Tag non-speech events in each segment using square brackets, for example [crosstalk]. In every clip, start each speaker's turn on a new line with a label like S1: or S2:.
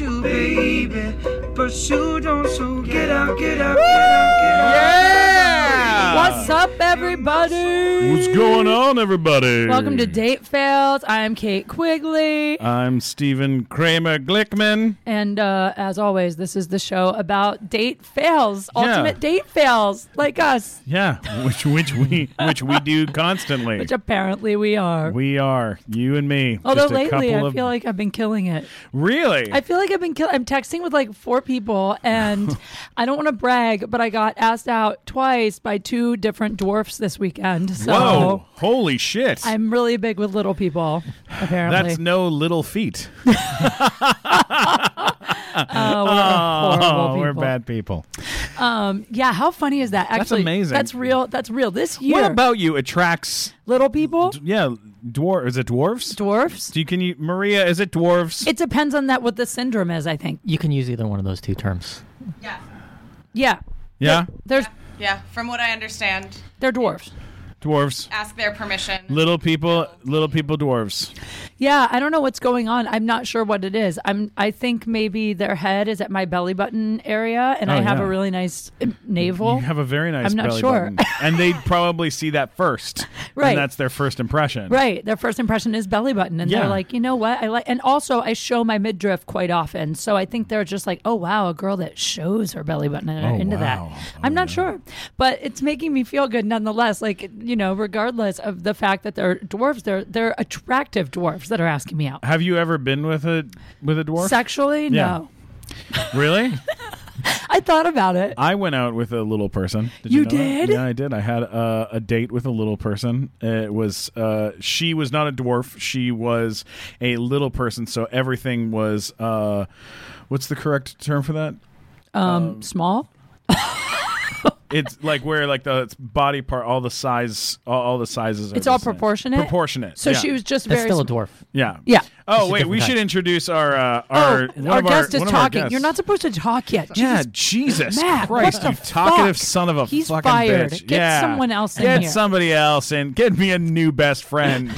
S1: you, baby. Pursue, don't so get out, get out, get out, get out.
S2: Yeah.
S3: What's up, everybody?
S2: What's going on, everybody?
S3: Welcome to Date Fails. I'm Kate Quigley.
S2: I'm Stephen Kramer Glickman.
S3: and uh, as always, this is the show about date fails,
S2: Yeah.
S3: ultimate date fails, like us,
S2: Yeah, which which we which we do constantly.
S3: which apparently we are.
S2: we are you and me.
S3: Although
S2: just a
S3: lately, I
S2: couple of,
S3: feel like I've been killing it.
S2: really.
S3: I feel like I've been kill- I'm texting with like four people,
S2: [laughs]
S3: and I don't want to brag, but I got asked out twice by two different dwarfs this weekend. So
S2: Whoa! Holy shit!
S3: I'm really big with little people, apparently.
S2: That's no little feat.
S3: Oh, we're [laughs] horrible
S2: Oh, we're
S3: people.
S2: bad people.
S3: Um, yeah, how funny is that? Actually,
S2: amazing.
S3: That's real. That's real. This year,
S2: What about you attracts?
S3: little people,
S2: Yeah, dwarf. Is it dwarfs?
S3: dwarfs.
S2: Do you can you Maria? Is it dwarfs?
S3: It depends on that what the syndrome is. I think.
S4: You can use either one of those two terms.
S5: Yeah.
S3: Yeah,
S2: yeah,
S3: there's
S5: Yeah. From what I understand,
S3: they're dwarfs.
S2: dwarfs.
S5: ask their permission.
S2: Little people, little people, dwarves.
S3: Yeah, I don't know what's going on. I'm not sure what it is. I'm. I think maybe their head is at my belly button area, and
S2: Oh,
S3: I have
S2: yeah.
S3: a really nice uh, navel.
S2: You have a very nice.
S3: I'm not
S2: belly
S3: sure.
S2: button.
S3: [laughs]
S2: and they probably see that first,
S3: Right.
S2: And that's their first impression,
S3: Right, their first impression is belly button, and
S2: Yeah.
S3: they're like, you know what, I like. And also, I show my midriff quite often, so I think they're just like, oh wow, a girl that shows her belly button and
S2: Oh,
S3: into that.
S2: wow. Oh,
S3: I'm not sure, but it's making me feel good nonetheless. Like you know, regardless of the fact that they're dwarves, they're they're attractive dwarves that are asking me out.
S2: Have you ever been with a with a dwarf?
S3: Sexually,
S2: Yeah.
S3: no.
S2: really?
S3: I thought about it.
S2: I went out with a little person. Did you,
S3: You
S2: know that?
S3: did?
S2: Yeah, I did. I had a, a date with a little person. It was uh, she was not a dwarf. She was a little person. So everything was uh, what's the correct term for that? Uh,
S3: Um, small.
S2: It's like where like the body part, all the size, all, all the sizes. Are
S3: It's
S2: the
S3: all
S2: same.
S3: proportionate?
S2: Proportionate.
S3: So
S2: yeah.
S3: she was just
S4: That's
S3: very.
S4: still a
S3: sm-
S4: dwarf.
S2: Yeah.
S3: Yeah.
S2: Oh
S4: Just a
S2: wait, we
S4: different
S2: should
S4: type.
S2: introduce our uh,
S3: Oh,
S2: our one
S3: our
S2: of
S3: guest
S2: our,
S3: is
S2: one of our
S3: talking.
S2: guests.
S3: You're not supposed to talk yet.
S2: Yeah,
S3: Jesus
S2: Jesus
S3: Matt, what
S2: Christ,
S3: the
S2: you talkative
S3: fuck?
S2: son of a
S3: He's
S2: fucking
S3: fired.
S2: bitch.
S3: Get
S2: yeah.
S3: someone else in
S2: Get
S3: here.
S2: somebody else in. Get me a new
S3: [laughs]
S2: best friend.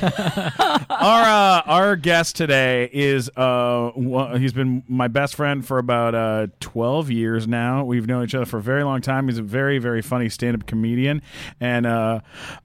S2: our uh, our guest today is uh one- he's been my best friend for about uh 12 years now. We've known each other for a very long time. He's a very very funny stand-up comedian and uh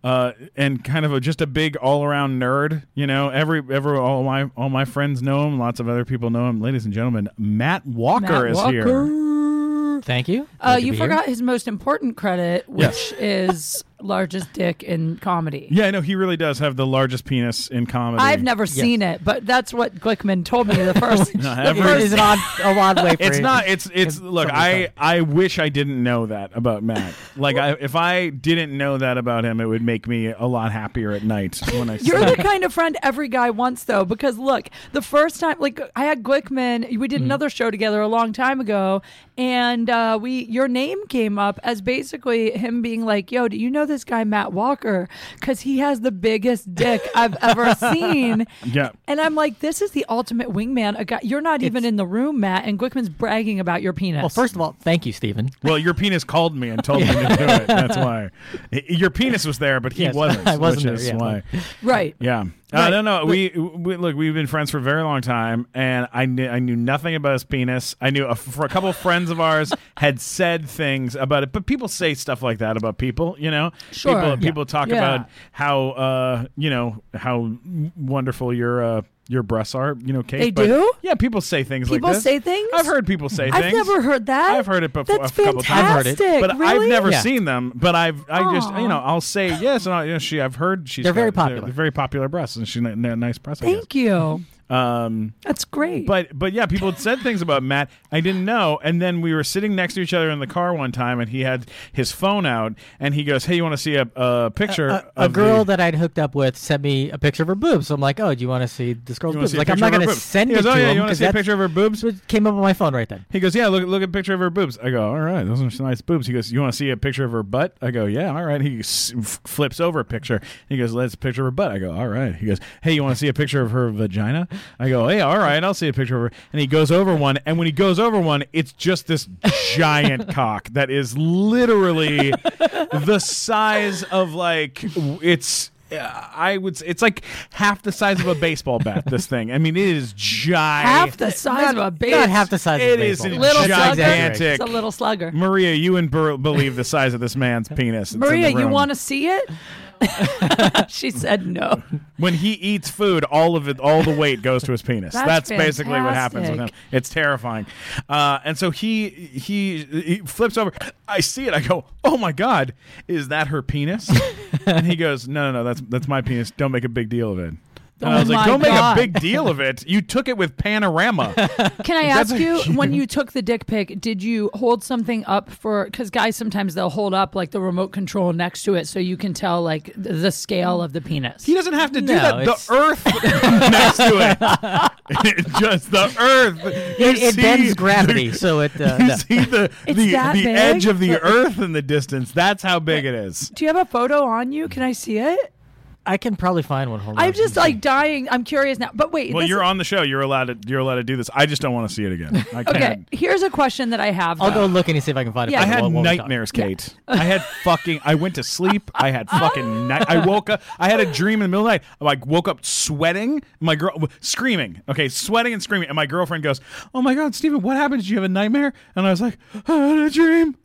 S2: uh and kind of a, just a big all-around nerd, you know. Every every all my all my friends know him, lots of other people know him. Ladies and gentlemen, Matt Walker
S3: Matt
S2: is here.
S3: Walker.
S4: Thank you.
S3: Uh,
S4: Glad to
S3: you
S4: be here.
S3: forgot his most important credit, which
S2: Yes. [laughs]
S3: is largest dick in comedy.
S2: Yeah, I know he really does have the largest penis in comedy.
S3: I've never seen it, but that's what Glickman told me
S2: [laughs]
S3: the first.
S2: ever-
S3: the
S4: It is
S3: first
S4: an odd, a
S2: [laughs]
S4: odd way for
S2: It's
S4: it.
S2: not. It's it's. Look, I I wish I didn't know that about Matt. Like, I, if I didn't know that about him, it would make me a lot happier at night when I.
S3: You're
S2: [laughs] sleep.
S3: the kind of friend every guy wants, though, because look, the first time, like I had Glickman, we did
S2: Mm.
S3: another show together a long time ago, and uh, we your name came up as basically him being like, "Yo, do you know this guy Matt Walker? Because he has the biggest dick I've
S2: [laughs]
S3: ever seen."
S2: yeah.
S3: And I'm like, "This is the ultimate wingman." A guy, you're not even in the room, Matt, and Glickman's bragging about your penis.
S4: Well, first of all, thank you, Stephen.
S2: Well, your penis called me and told me to do it. That's
S4: [laughs]
S2: why. I- Your penis was there, but he
S4: Yes,
S2: wasn't.
S4: [laughs] I wasn't
S2: which is
S4: there, yeah.
S2: why.
S3: right?
S2: Yeah. Uh,
S3: Right.
S2: no, no. We, we look. We've been friends for a very long time, and I knew I knew nothing about his penis. I knew a, for a couple of friends
S3: [laughs]
S2: of ours had said things about it, but people say stuff like that about people. You know,
S3: Sure.
S2: People,
S3: Yeah.
S2: people talk
S3: Yeah.
S2: about how uh, you know how wonderful your uh, your breasts are. You know, Kate.
S3: They
S2: but-
S3: do?
S2: Yeah, people say things like
S3: People
S2: this.
S3: say things?
S2: I've heard people say
S3: I've
S2: things.
S3: never heard that.
S2: I've heard it befo-
S3: That's
S2: a couple times.
S3: fantastic.
S4: I've heard it.
S2: But
S3: really?
S2: I've never
S4: Yeah.
S2: seen them. But I've I just
S3: Aw.
S2: you know I'll say yes, and I'll, you know, she I've heard she's
S4: They're very
S2: got-
S4: popular.
S2: They're, very popular breasts, and she's a n- nice breast. I guess.
S3: Thank you.
S2: Um,
S3: That's great.
S2: but but yeah, people had said things about Matt I didn't know, and then we were sitting next to each other in the car one time, and he had his phone out, and he goes, "Hey, you want to see a, a picture
S4: A, a
S2: of
S4: girl
S2: the-
S4: that I'd hooked up with sent me a picture of her boobs. So I'm like, oh, do you want to see this girl's
S2: you wanna
S4: boobs?
S2: see a
S4: Like, I'm
S2: picture of
S4: not
S2: her
S4: going to
S2: boobs?"
S4: send
S2: he
S4: it
S2: goes,
S4: to
S2: oh, yeah,
S4: him
S2: You want to see a
S4: that's
S2: picture of her boobs?
S4: that's what came up on my phone right then.
S2: He goes, yeah, look, look at a picture of her boobs. I go, all right, those are some nice boobs. He goes, you want to see a picture of her butt? I go, yeah, all right. He s- f- flips over a picture. He goes, let's picture of her butt. I go, all right. He goes, hey, you want to see a picture of her vagina? I go, hey, all right, I'll see a picture of her. And he goes over one, and when he goes over one, it's just this giant
S3: [laughs]
S2: cock that is literally the size of like w- it's. uh, I would. s- It's like half the size of a baseball bat. this thing. I mean, it is giant.
S3: half the size of a baby.
S4: Not half the size
S2: It
S4: of a
S2: is
S4: baseball.
S2: a
S3: little slugger.
S2: gigantic.
S3: It's a little slugger.
S2: Maria, you and Bur- believe the size of
S3: [laughs]
S2: this man's penis. It's in the
S3: Maria, you
S2: room.
S3: want to see it? [laughs] she said no.
S2: when he eats food, all of it, all the weight goes to his penis.
S3: That's
S2: That's, basically what happens with him.
S3: fantastic.
S2: It's terrifying. Uh, and so he, he he flips over. I see it. I go, oh my god, is that
S3: [laughs]
S2: her penis? and he goes, no, no, no, that's that's my penis. Don't make a big deal of it. And I
S3: Oh
S2: was like,
S3: my
S2: don't
S3: God."
S2: make a big deal of it. You took it
S3: [laughs]
S2: with panorama.
S3: Can I
S2: That's
S3: ask you, [laughs]
S2: a-
S3: when you took the dick pic, did you hold something up for? Because guys sometimes they'll hold up like the remote control next to it so you can tell like th- the scale of the penis.
S2: He doesn't have to do
S4: No,
S2: that. The
S4: it's- [laughs]
S2: earth next to it. [laughs] It just the earth. You
S4: It, it
S2: see
S4: bends
S2: the- [laughs]
S4: gravity, so it. Uh,
S2: You
S4: no.
S2: see the
S3: It's
S2: the,
S3: that
S2: the
S3: big?
S2: edge of the earth in the distance. That's how big it is.
S3: Do you have a photo on you? Can I see it?
S4: I can probably find one. Hold on.
S3: I'm just like dying. I'm curious now. But wait,
S2: Well,
S3: this-
S2: you're on the show. You're allowed to. You're allowed to do this. I just don't want to see it again. I
S3: [laughs]
S2: can't.
S3: okay. Here's a question that I have.
S4: I'll
S3: though.
S4: go look and see if I can find it.
S3: Yeah.
S2: I
S4: while-
S2: had
S4: while we're talking.
S2: nightmares, Kate. I had fucking. I went to sleep. I had fucking. night. I woke up. I had a dream in the middle of the night. I like, woke up sweating. My girl screaming. Okay, sweating and screaming. And my girlfriend goes, "Oh my god, Steven, what happened? Did you have a nightmare?" And I was like, "I had a dream.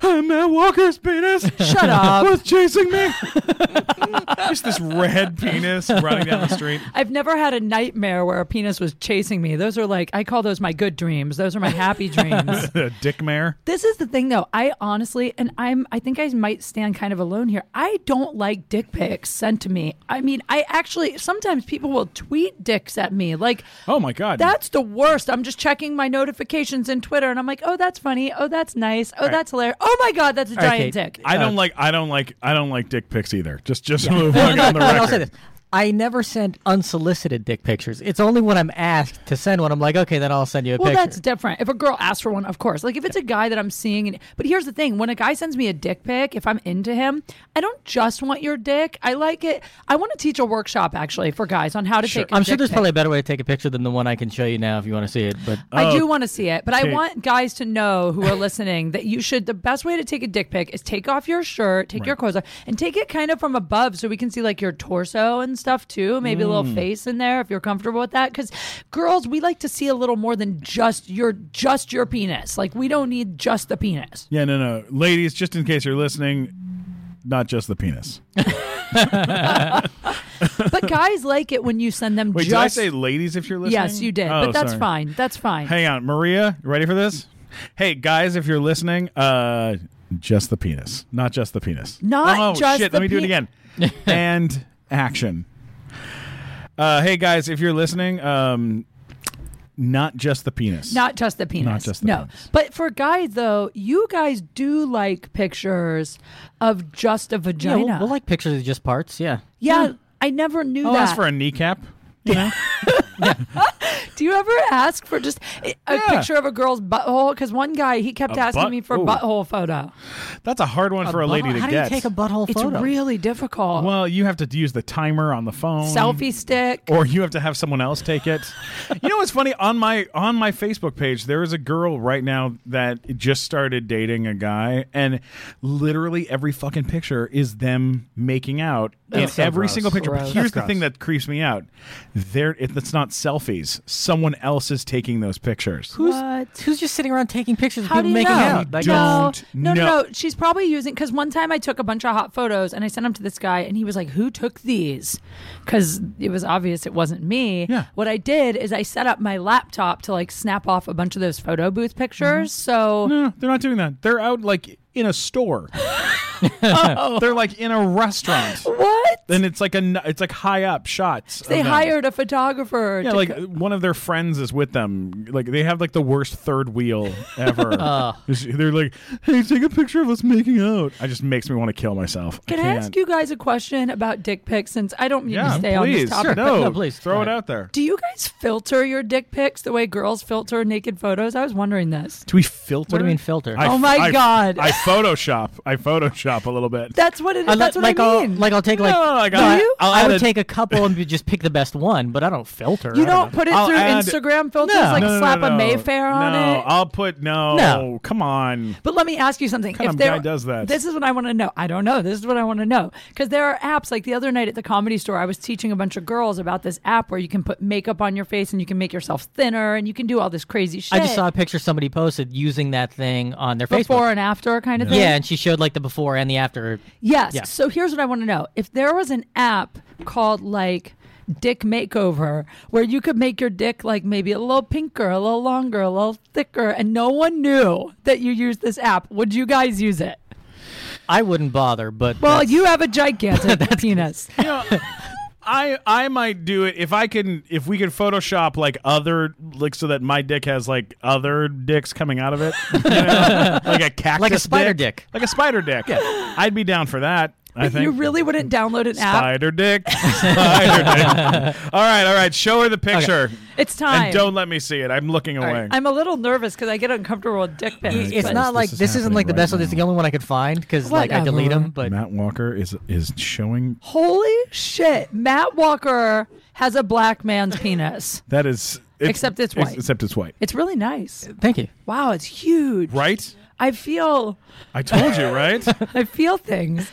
S2: And Matt Walker's penis
S3: Shut up.
S2: was chasing me. Just this red penis running down the
S3: [laughs]
S2: street.
S3: I've never had a nightmare where a penis was chasing me. Those are like I call those my good dreams. Those are my happy
S4: [laughs]
S3: dreams.
S2: Dick mare.
S3: This is the thing though. I honestly and I'm I think I might stand kind of alone here. I don't like dick pics sent to me. I mean, I actually sometimes people will tweet dicks at me. Like
S2: Oh my god.
S3: that's the worst. I'm just checking my notifications in Twitter and I'm like, "Oh, that's funny. Oh, that's nice. Oh, that's hilarious. Oh my god, that's a
S4: right,
S3: giant
S4: Kate.
S3: dick."
S2: I don't
S4: Uh,
S2: like I don't like I don't like dick pics either. Just just like
S3: [laughs]
S2: on the
S4: And I'll say
S2: record.
S4: this. I never send unsolicited dick pictures. It's only when I'm asked to send one. I'm like, okay, then I'll send you a
S3: Well,
S4: picture.
S3: that's different. If a girl asks for one, of course. Like if it's a guy that I'm seeing, and, but here's the thing: when a guy sends me a dick pic, if I'm into him, I don't just want your dick. I like it. I want to teach a workshop actually for guys on how to take. i
S4: I'm sure there's probably a better way to take a picture than the one I can show you now if you want to see it. But
S3: I
S2: Oh,
S3: do want to see it, but I
S2: Kate.
S3: want guys to know who are listening that you should. The best way to take a dick pic is take off your shirt, take your clothes off, and take it kind of from above so we can see like your torso and stuff too. Maybe a
S2: Mm.
S3: little face in there if you're comfortable with that. Because girls, we like to see a little more than just your just your penis. Like we don't need just the penis.
S2: Yeah, no, no, ladies. Just in case you're listening, not just the penis. [laughs]
S3: But guys like it when you send them
S2: Wait,
S3: just.
S2: did I say ladies? If you're listening,
S3: yes, you did,
S2: Oh,
S3: but that's
S2: sorry.
S3: fine. That's fine.
S2: Hang on, Maria. You ready for this? Hey guys, if you're listening, uh, just the penis, not just the penis.
S3: Not
S2: oh,
S3: just
S2: shit.
S3: the
S2: Let me do it
S3: pe- [laughs]
S2: again. and action. Uh, hey guys, if you're listening, um, not just the penis.
S3: Not just the penis.
S2: Not just the
S3: no.
S2: penis.
S3: But for guys though, you guys do like pictures of just a
S4: yeah,
S3: vagina.
S4: we'll, we'll like pictures of just parts. Yeah.
S3: Yeah, I never knew
S2: oh,
S3: that.
S2: that's for a kneecap.
S3: Do you ever ask for just a a
S2: Yeah.
S3: picture of a girl's butthole? Because one guy he kept
S2: A
S3: asking
S2: butt-
S3: me for
S2: ooh.
S3: butthole putthole photo.
S2: That's a hard one for a lady
S4: Butthole-
S2: to
S4: How
S2: get.
S4: do you take a butthole
S3: It's
S4: photo?
S3: really difficult.
S2: Well, you have to use the timer on the phone.
S3: Selfie stick.
S2: Or you have to have someone else take it. you know what's funny? On my on my Facebook page, there is a girl right now that just started dating a guy, and literally every fucking picture is them making out in
S4: That's so
S2: every
S4: gross.
S2: single picture. But
S4: Gross.
S2: here's
S4: That's
S2: the thing that creeps me out: there, it, it's not selfies. Someone else is taking those pictures.
S4: Who's
S3: What?
S4: who's just sitting around taking pictures of
S3: How do
S4: people
S3: you
S4: making
S3: know?
S4: out? Like, uh,
S3: no,
S2: don't
S3: no, no,
S2: know.
S3: no. She's probably using because one time I took a bunch of hot photos and I sent them to this guy and he was like, "Who took these?" Because it was obvious it wasn't me.
S2: Yeah.
S3: What I did is I set up my laptop to like snap off a bunch of those photo booth pictures. So
S2: Mm-hmm. No, they're not doing that. They're out like in a
S4: [laughs]
S2: store. They're like in a restaurant.
S3: what?
S2: And it's like a n- it's like high up shots.
S3: They
S2: of them.
S3: hired a photographer.
S2: Yeah,
S3: to
S2: like
S3: co-
S2: one of their friends is with them. Like they have like the worst third wheel [laughs] ever. It's- They're like, "Hey, take a picture of us making out." I just makes me want to kill myself.
S3: Can I,
S2: I
S3: ask you guys a question about dick pics? Since I don't mean
S2: Yeah,
S3: to stay on
S2: please.
S3: this topic.
S2: No,
S4: No, please.
S2: throw
S4: Go
S2: it
S4: ahead.
S2: out there.
S3: Do you guys filter your dick pics the way girls filter naked photos? I was wondering this.
S2: Do we filter?
S4: What do you mean filter?
S2: I
S3: Oh
S2: f-
S3: my
S2: I-
S3: God.
S2: I Photoshop. I Photoshop a little bit.
S3: That's what it is.
S4: I
S3: That's what
S4: like
S3: I
S4: I'll
S3: mean.
S4: like I'll take
S2: No,
S4: like
S2: no, like
S4: No,
S2: I'll,
S4: I,
S2: I'll
S4: I
S2: add
S4: would
S2: a-
S4: take a couple and be- just pick the best one, but I don't filter.
S3: You
S4: I
S3: don't
S4: know.
S3: put it
S2: I'll
S3: through
S2: add-
S3: Instagram filters,
S4: No.
S3: like
S2: No, no, no,
S3: slap
S2: no.
S3: a Mayfair on
S2: No,
S3: it.
S2: I'll put no.
S4: No.
S2: Come on.
S3: But let me ask you something.
S2: kind
S3: if
S2: of
S3: there,
S2: guy does that?
S3: This is what I want to know. I don't know. This is what I want to know. Because there are apps like the other night at the comedy store, I was teaching a bunch of girls about this app where you can put makeup on your face and you can make yourself thinner and you can do all this crazy shit.
S4: I just saw a picture somebody posted using that thing on their
S3: before
S4: Facebook.
S3: and after kind of thing.
S4: Yeah, and she showed like the before and the after.
S3: Yes.
S4: Yeah.
S3: So here's what I want to know. If there was an app called like Dick Makeover where you could make your dick like maybe a little pinker, a little longer, a little thicker, and no one knew that you used this app, would you guys use it?
S4: I wouldn't bother, but
S3: Well,
S4: that's-
S3: you have a
S2: [laughs]
S3: gigantic penis.
S2: You know, I I might do it if I can if we could Photoshop like other like so that my dick has like other dicks coming out of it, you
S3: [laughs]
S2: know? like a cactus,
S4: Like a spider dick.
S2: like a spider dick. I'd be down for that. I think
S3: You really wouldn't download an app.
S2: spider dick, [laughs] spider dick. all right, all right. Show her the picture
S3: It's time.
S2: and don't let me see it. I'm looking away.
S3: I'm a little nervous because I get uncomfortable with dick pics.
S4: it's
S3: but-
S4: not like
S2: this is
S4: this, isn't like the
S2: happening
S4: best
S2: right
S4: one. It's the
S2: now.
S4: only one I could find because like I delete
S3: Whatever.
S4: them. But
S2: Matt Walker is is showing
S3: Holy shit! Matt Walker has a black man's penis.
S2: that is it's-
S3: Except it's white.
S2: Except it's white.
S3: It's really nice.
S4: thank you.
S3: Wow, it's huge.
S2: Right?
S3: I feel,
S2: I told you, right?
S3: [laughs] I feel
S2: [laughs]
S3: things.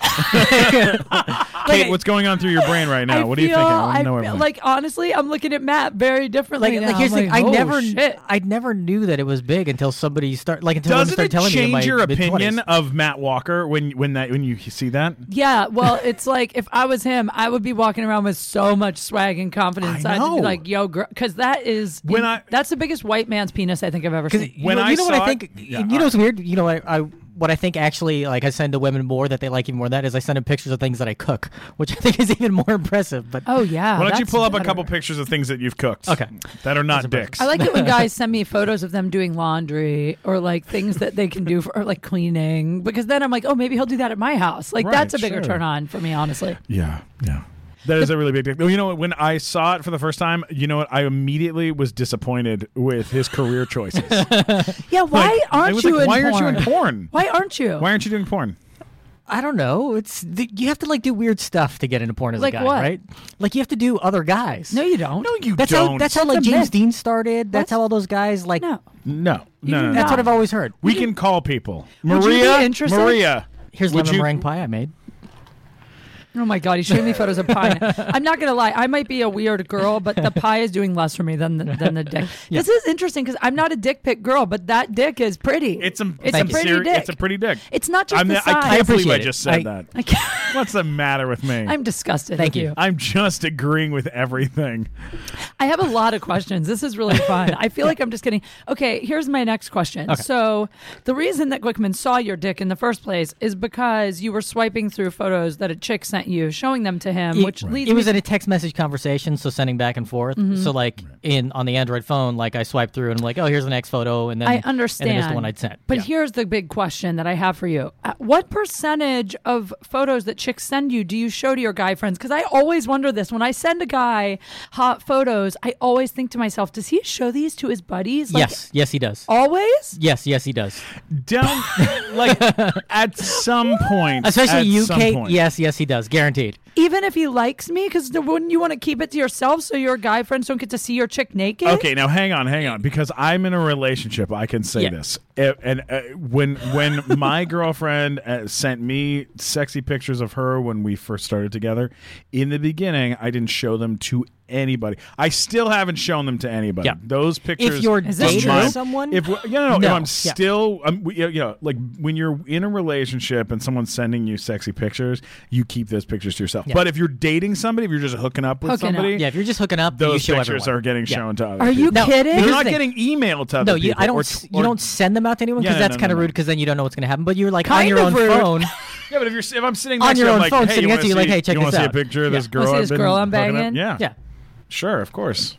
S2: Kate, what's going on through your brain right now?
S3: I
S2: what are
S3: feel,
S2: you thinking? I wanna know
S3: feel-
S2: everything.
S3: like honestly, I'm looking at Matt very differently.
S4: Like,
S3: now.
S4: like here's
S3: I'm
S4: the thing. I
S3: oh,
S4: never,
S3: shit.
S4: I never knew that it was big until somebody start like until
S2: Doesn't
S4: someone
S2: it
S4: started telling me. in my
S2: change your opinion
S4: mid-twenties.
S2: of Matt Walker when when that when you see that?
S3: Yeah, well, it's like if I was him, I would be walking around with so much swag and confidence.
S2: I
S3: would be
S2: know.
S3: like, "Yo, girl," because that is
S2: When I-
S3: that's the biggest white man's penis I think I've ever seen.
S4: you
S2: When
S4: know,
S2: I
S4: you know what
S2: saw
S4: I think,
S2: it-
S4: you
S2: yeah,
S4: know what's weird. You know, I, I what I think actually like I send to women more that they like even more. Than that is I send them pictures of things that I cook, which I think is even more impressive. But
S3: oh yeah,
S2: Why don't you
S3: that's
S2: pull up a
S3: better.
S2: couple pictures of things that you've cooked?
S4: Okay.
S2: That are not dicks.
S3: I like it
S2: [laughs]
S3: when guys send me photos of them doing laundry or like things that they can do for or like cleaning because then I'm like, oh, maybe he'll do that at my house. Like
S2: Right,
S3: that's a bigger
S2: sure.
S3: turn on for me, honestly.
S2: Yeah, yeah. That is a really big dick. You know what? When I saw it for the first time, you know what? I immediately was disappointed with his career choices.
S3: Yeah, [laughs] why
S2: Like, I
S3: aren't
S2: was
S3: you
S2: like,
S3: in
S2: why
S3: porn?
S2: aren't you in porn?
S3: Why aren't you?
S2: Why aren't you doing porn?
S4: I don't know. It's the, you have to like do weird stuff to get into porn as
S3: Like
S4: a guy,
S3: what?
S4: right? Like you have to do other guys.
S3: no, you don't.
S2: No, you
S4: that's
S2: don't.
S4: how that's how like
S3: It's a
S4: James
S3: myth.
S4: Dean started. That's
S3: What?
S4: how all those guys like.
S3: No.
S2: no, no,
S3: do
S2: no, no.
S4: That's
S3: not.
S4: what I've always heard.
S2: We can call people.
S3: Would you be
S2: Maria,
S3: interested?
S2: Maria.
S4: Here's
S2: would
S4: lemon
S2: you-
S4: meringue pie I made.
S3: Oh my god, he's showing me photos of
S4: [laughs]
S3: pie. I'm not gonna lie, I might be a weird girl, but the pie is doing less for me than the, than the dick. This is interesting because I'm not a dick pic girl, but that dick is pretty.
S2: It's a
S3: it's a
S4: Thank you.
S3: pretty
S2: seri-
S3: dick.
S2: It's a pretty dick.
S3: It's not just
S2: I'm-
S3: the
S2: I
S3: size.
S2: can't believe I
S4: appreciate it.
S2: just said
S4: I-
S2: that.
S3: I can't-
S2: What's the matter with me?
S3: I'm disgusted.
S4: Thank
S3: with
S4: you.
S3: you.
S2: I'm just agreeing
S3: [laughs]
S2: with everything.
S3: I have a lot of questions. This is really fun. I
S4: [laughs]
S3: feel like I'm just kidding. Okay, here's my next question. So, the reason that Glickman saw your dick in the first place is because you were swiping through photos that a chick sent you, showing them to him,
S4: It-
S3: which Mm-hmm. leads
S4: it was
S3: me-
S4: in a text message conversation, so sending back and forth. So like in on the Android phone, like I swipe through and I'm like, oh, here's the next photo, and then
S3: I understand.
S4: And then there's the one I'd sent.
S3: But
S4: Yeah.
S3: here's the big question that I have for you. Uh, What percentage of photos that chicks send you do you show to your guy friends? Because I always wonder this. When I send a guy hot photos, I always think to myself, does he show these to his buddies? Like,
S4: yes, yes, he does.
S3: Always?
S4: Yes, yes, he does.
S2: Down, like at some point, at
S4: [laughs] Especially you,
S2: some
S4: Kate.
S2: point.
S4: Yes, yes, he does. Guaranteed.
S3: Even if he likes me? Because wouldn't you want to keep it to yourself so your guy friends don't get to see your chick naked?
S2: Okay, now hang on, hang on, because I'm in a relationship. I can say
S4: Yeah.
S2: this, A- and uh, when when [laughs] my girlfriend uh, sent me sexy pictures of her when we first started together, in the beginning, I didn't show them to anybody. I still haven't shown them to anybody.
S4: Yeah.
S2: Those pictures.
S4: you're
S2: of
S3: dating
S2: mine-
S4: someone?
S2: if we- yeah, no, no, if
S4: No.
S2: I'm
S4: Yeah.
S2: still, I'm, we- yeah, yeah, like when you're in a relationship and someone's sending you sexy pictures, you keep those pictures to yourself. But if you're dating somebody, if you're just hooking up with
S3: Hooking up.
S2: somebody,
S4: Yeah, if you're just hooking up, you
S2: those
S4: show
S2: pictures
S4: everyone.
S2: are getting
S4: Yeah.
S2: shown to other
S3: Are you
S2: people.
S4: No,
S3: kidding?
S2: They're
S4: here's
S2: not
S4: the thing.
S2: getting emailed to other
S4: No, you.
S2: people
S4: I don't.
S2: or-
S4: s- you
S2: or-
S4: don't send them out to anyone because
S2: Yeah, no,
S4: that's
S2: no,
S4: kind of
S2: no,
S4: rude
S2: no.
S4: because then you don't know what's going to happen. But you're like
S3: Kind
S4: on your
S3: of
S4: own
S3: rude. [laughs]
S4: phone.
S2: Yeah, but if you're if I'm sitting
S4: On
S2: next
S4: your
S2: to you, I'm
S4: own
S2: like,
S4: phone,
S2: hey,
S4: sitting
S2: you
S4: next
S2: wanna
S4: to you, like,
S2: see-
S4: hey, check
S2: you wanna
S4: this
S2: see a
S4: out.
S2: picture of this
S3: Wanna
S2: girl.
S3: see
S2: I've
S3: this
S2: been
S3: girl I'm
S2: hooking up?
S3: banging?
S2: Yeah,
S4: yeah.
S2: sure, of course.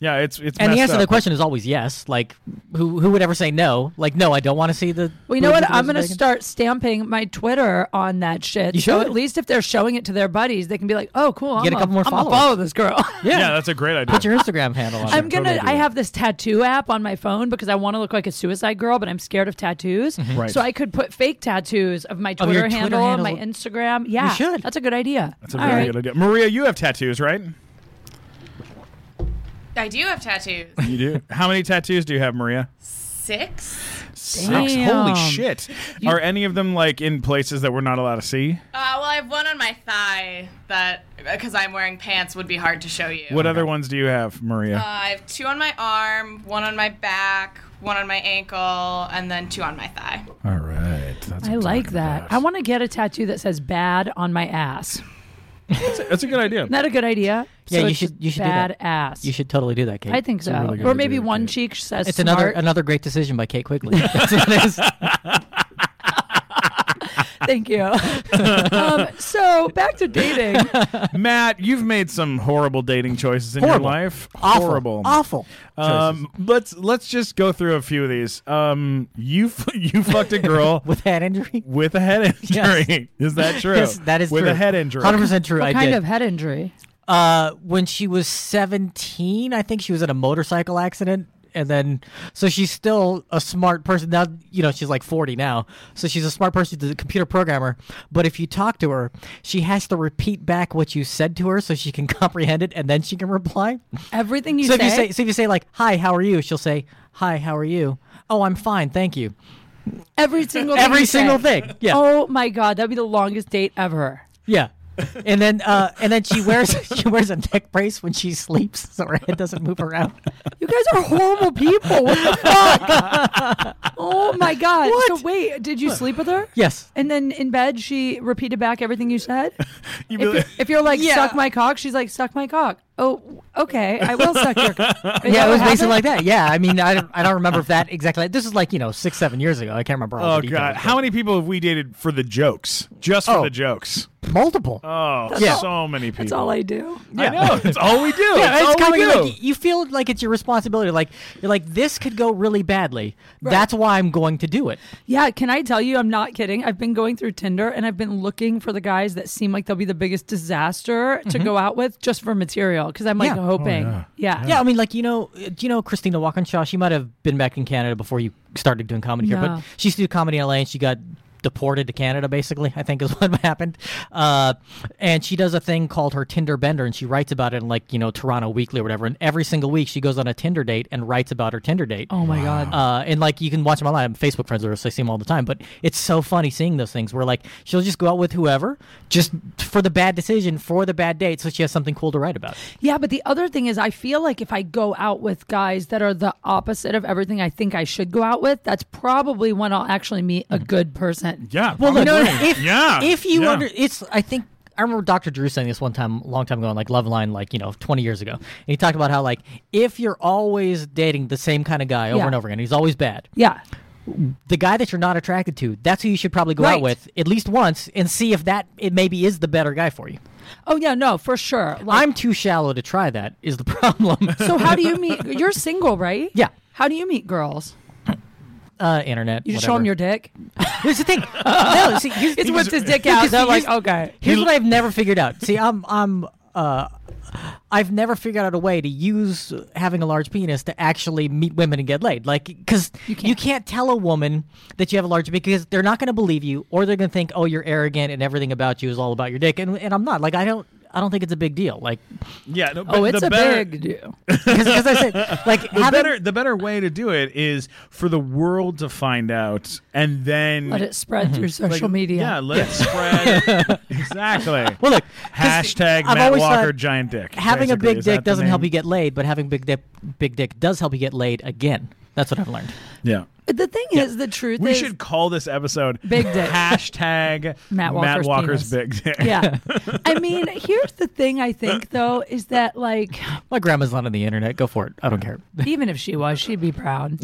S2: Yeah, it's it's.
S4: Hmm. And the
S2: messed
S4: answer to the
S2: up.
S4: question is always yes. Like, who who would ever say no? Like, no, I don't want to see the.
S3: Well, you know what?
S4: boobs of
S3: I'm going to
S4: Elizabeth Bacon.
S3: start stamping my Twitter on that shit.
S4: You
S3: so
S4: should.
S3: at least if they're showing it to their buddies, they can be like, "Oh, cool! I'm
S4: Get a couple more
S3: I'm gonna
S4: followers.
S3: follow this girl."
S2: Yeah.
S4: [laughs] Yeah.
S2: that's a great idea.
S4: Put your Instagram handle on.
S3: I'm
S4: it.
S3: gonna.
S4: Totally do
S3: I
S4: that.
S3: have this tattoo app on my phone because I want to look like a suicide girl, but I'm scared of tattoos.
S2: Right.
S3: So I could put fake tattoos of my
S4: Mm-hmm. Of
S3: Twitter,
S4: your Twitter
S3: handle,
S4: handle.
S3: my Instagram. Yeah,
S4: should.
S3: That's a good idea.
S2: that's a
S3: All
S2: very
S3: right.
S2: good idea. Maria, you have tattoos, right?
S5: I do
S2: [laughs]
S5: have tattoos.
S2: You
S4: [laughs]
S2: do. How many tattoos do you have, Maria?
S5: Six.
S2: Six. Holy
S3: Damn.
S2: shit! Are any of them like in places that we're not allowed to see?
S5: Uh, well, I have one on my thigh that, because I'm wearing pants, would be hard to show you.
S2: What other ones do you have, Maria?
S5: Uh, I have two on my arm, one on my back, one on my ankle, and then two on my thigh.
S2: All right, that's
S3: Uh, I
S2: what I'm
S3: like
S2: talking
S3: that.
S2: about.
S3: I want to get a tattoo that says "bad" on my ass. Isn't
S2: That's a good idea.
S3: that a good idea?
S4: Yeah,
S3: So
S4: you
S3: it's
S4: should-
S3: just
S4: you should do
S3: bad
S4: that.
S3: ass.
S4: You should totally do that, Kate.
S3: I think so.
S2: really good
S3: or
S2: idea,
S3: maybe one
S2: Kate.
S3: cheek says
S4: it's another
S3: smart.
S4: another great decision by
S3: [laughs]
S4: Kate Quigley. [laughs] That's what it is.
S3: Thank
S4: [laughs]
S3: you. um, so back to dating.
S2: Matt, you've made some horrible dating choices in
S4: Horrible.
S2: your life.
S4: Awful.
S2: Horrible.
S4: Awful.
S2: Um, let's let's just go through a few of these. Um, you [laughs] f- you fucked a girl
S4: [laughs] with head injury.
S2: with a head injury. Is that true?
S4: Yes, that is
S2: with
S4: true.
S2: a head injury.
S4: Hundred percent true. I
S3: kind
S4: did.
S3: of head injury.
S4: Uh, when she was seventeen, I think she was in a motorcycle accident, and then so she's still a smart person. Now you know she's like forty now, so she's a smart person, she's a computer programmer. But if you talk to her, she has to repeat back what you said to her so she can [laughs] comprehend it, and then she can reply.
S3: Everything you
S4: so
S3: say.
S4: if you say, so if you say like, "Hi, how are you?" She'll say, "Hi, how are you?" Oh, I'm fine, thank you.
S3: every single thing
S4: Every
S3: you say.
S4: single thing. Yeah.
S3: Oh my god, that'd be the longest date ever. [laughs]
S4: Yeah. And then uh, and then she wears [laughs] she wears a neck brace when she sleeps so her head doesn't move around.
S3: You guys are horrible people. What the fuck?
S4: [laughs]
S3: oh my god. So wait, did you sleep with her?
S4: Yes.
S3: And then in bed, she repeated back everything you said.
S2: You
S3: If,
S2: really-
S3: you- if you're like
S4: Yeah.
S3: suck my cock, she's like suck my cock. Oh, okay, I will suck your. cock. Is
S2: Oh,
S4: [laughs] Yeah,
S3: that
S4: it was
S3: what
S4: basically
S3: happened?
S4: like that. Yeah, I mean, I don't, I don't remember if that exactly. This is like you know six, seven years ago. I can't remember. All
S2: oh
S4: the
S2: god,
S4: details,
S2: how many people have we dated for the jokes? Just for
S4: Oh.
S2: the jokes.
S4: but multiple.
S2: Oh,
S4: Yeah.
S2: so many people.
S3: That's all I do.
S2: I know. It's all we do.
S4: [laughs] yeah,
S2: it's,
S4: it's
S2: all we
S4: coming.
S2: do.
S4: Like, you feel like it's your responsibility. Like you're like this could go really badly. That's why I'm going to do it.
S3: Yeah, can I tell you? I'm not kidding. I've been going through Tinder and I've been looking for the guys that seem like they'll be the biggest disaster to go out with just for material because I'm like
S4: Mm-hmm. Yeah. Oh,
S3: hoping.
S2: yeah.
S3: yeah.
S4: Yeah, I mean, like you know, uh, do you know Christina Walkinshaw? She might have been back in Canada before you started doing comedy here,
S3: No.
S4: but she used to do comedy in LA, and she got deported to Canada. Basically, I think is [laughs] what happened. Uh, and she does a thing called her Tinder Bender, and she writes about it in like you know Toronto Weekly or whatever. And every single week, she goes on a Tinder date and writes about her Tinder date.
S3: Oh my god.
S4: Uh, and like you can watch them online. I'm Facebook friends with her, so I see them all the time. But it's so funny seeing those things where like she'll just go out with whoever just for the bad decision, for the bad date, so she has something cool to write about.
S3: Yeah, but the other thing is, I feel like if I go out with guys that are the opposite of everything I think I should go out with, that's probably when I'll actually meet
S4: Mm.
S3: a good person.
S2: Yeah.
S4: Well,
S2: probably.
S4: look, if,
S2: yeah.
S4: if you
S2: yeah.
S4: under, it's I think I remember Dr. Drew saying this one time, a long time ago, on like Love Line, like you know, twenty years ago, and he talked about how like if you're always dating the same kind of guy over
S3: Yeah.
S4: and over again, he's always bad.
S3: Yeah.
S4: The guy that you're not attracted to, that's who you should probably go out
S3: Right.
S4: with at least once and see if that it maybe is the better guy for you.
S3: Oh yeah, no, for sure. Like,
S4: I'm too shallow to try that. Is the [laughs]
S3: [laughs]
S4: problem?
S3: so how do you meet? You're single, right?
S4: Yeah.
S3: How do you meet girls?
S4: uh, internet.
S3: You just show
S4: whatever.
S3: them your [laughs] dick.
S4: Here's the thing. No, see, here's,
S3: It's with his dick
S4: No,
S3: out.
S4: see,
S3: They're like, [laughs]
S4: here's-
S3: okay.
S4: Here's what I've never figured out. See, I'm I'm uh I've never figured out a way to use having a large penis to actually meet women and get laid. Like cuz you can't. tell a woman that you have a large because they're not going to believe you or they're going to think oh you're arrogant and everything about you is all about your dick and and I'm not. Like I don't I don't think it's a big deal. Like
S2: yeah, no, but
S3: Oh, it's
S2: the
S3: a
S2: better,
S3: big deal.
S4: cuz I said
S2: [laughs]
S4: like
S2: The
S4: having
S2: better the better way to do it is for the world to find out and then
S3: Let it
S2: [laughs]
S3: spread through
S2: like,
S3: social media.
S2: Yeah, let it
S3: [laughs]
S2: spread. exactly.
S4: Well look, 'cause
S2: Hashtag
S4: I've
S2: Matt
S4: always
S2: Walker
S4: thought-
S2: giant dick.
S4: having a
S2: basically.
S4: big
S2: Is that
S4: dick
S2: the
S4: doesn't help
S2: name?
S4: you get laid, but having big dick, big dick does help you get laid again. That's what I've learned.
S2: Yeah.
S3: The thing is, the truth
S2: We
S3: is,
S2: should call this episode
S3: Big dick.
S2: [laughs] Hashtag
S3: Matt Walker's penis.
S2: big dick.
S3: [laughs]
S2: [laughs]
S3: yeah. I mean, here's the thing. I think though is that like,
S4: My grandma's not on the internet. Go for it. I don't care.
S3: even if she was, she'd be
S4: [laughs]
S3: proud.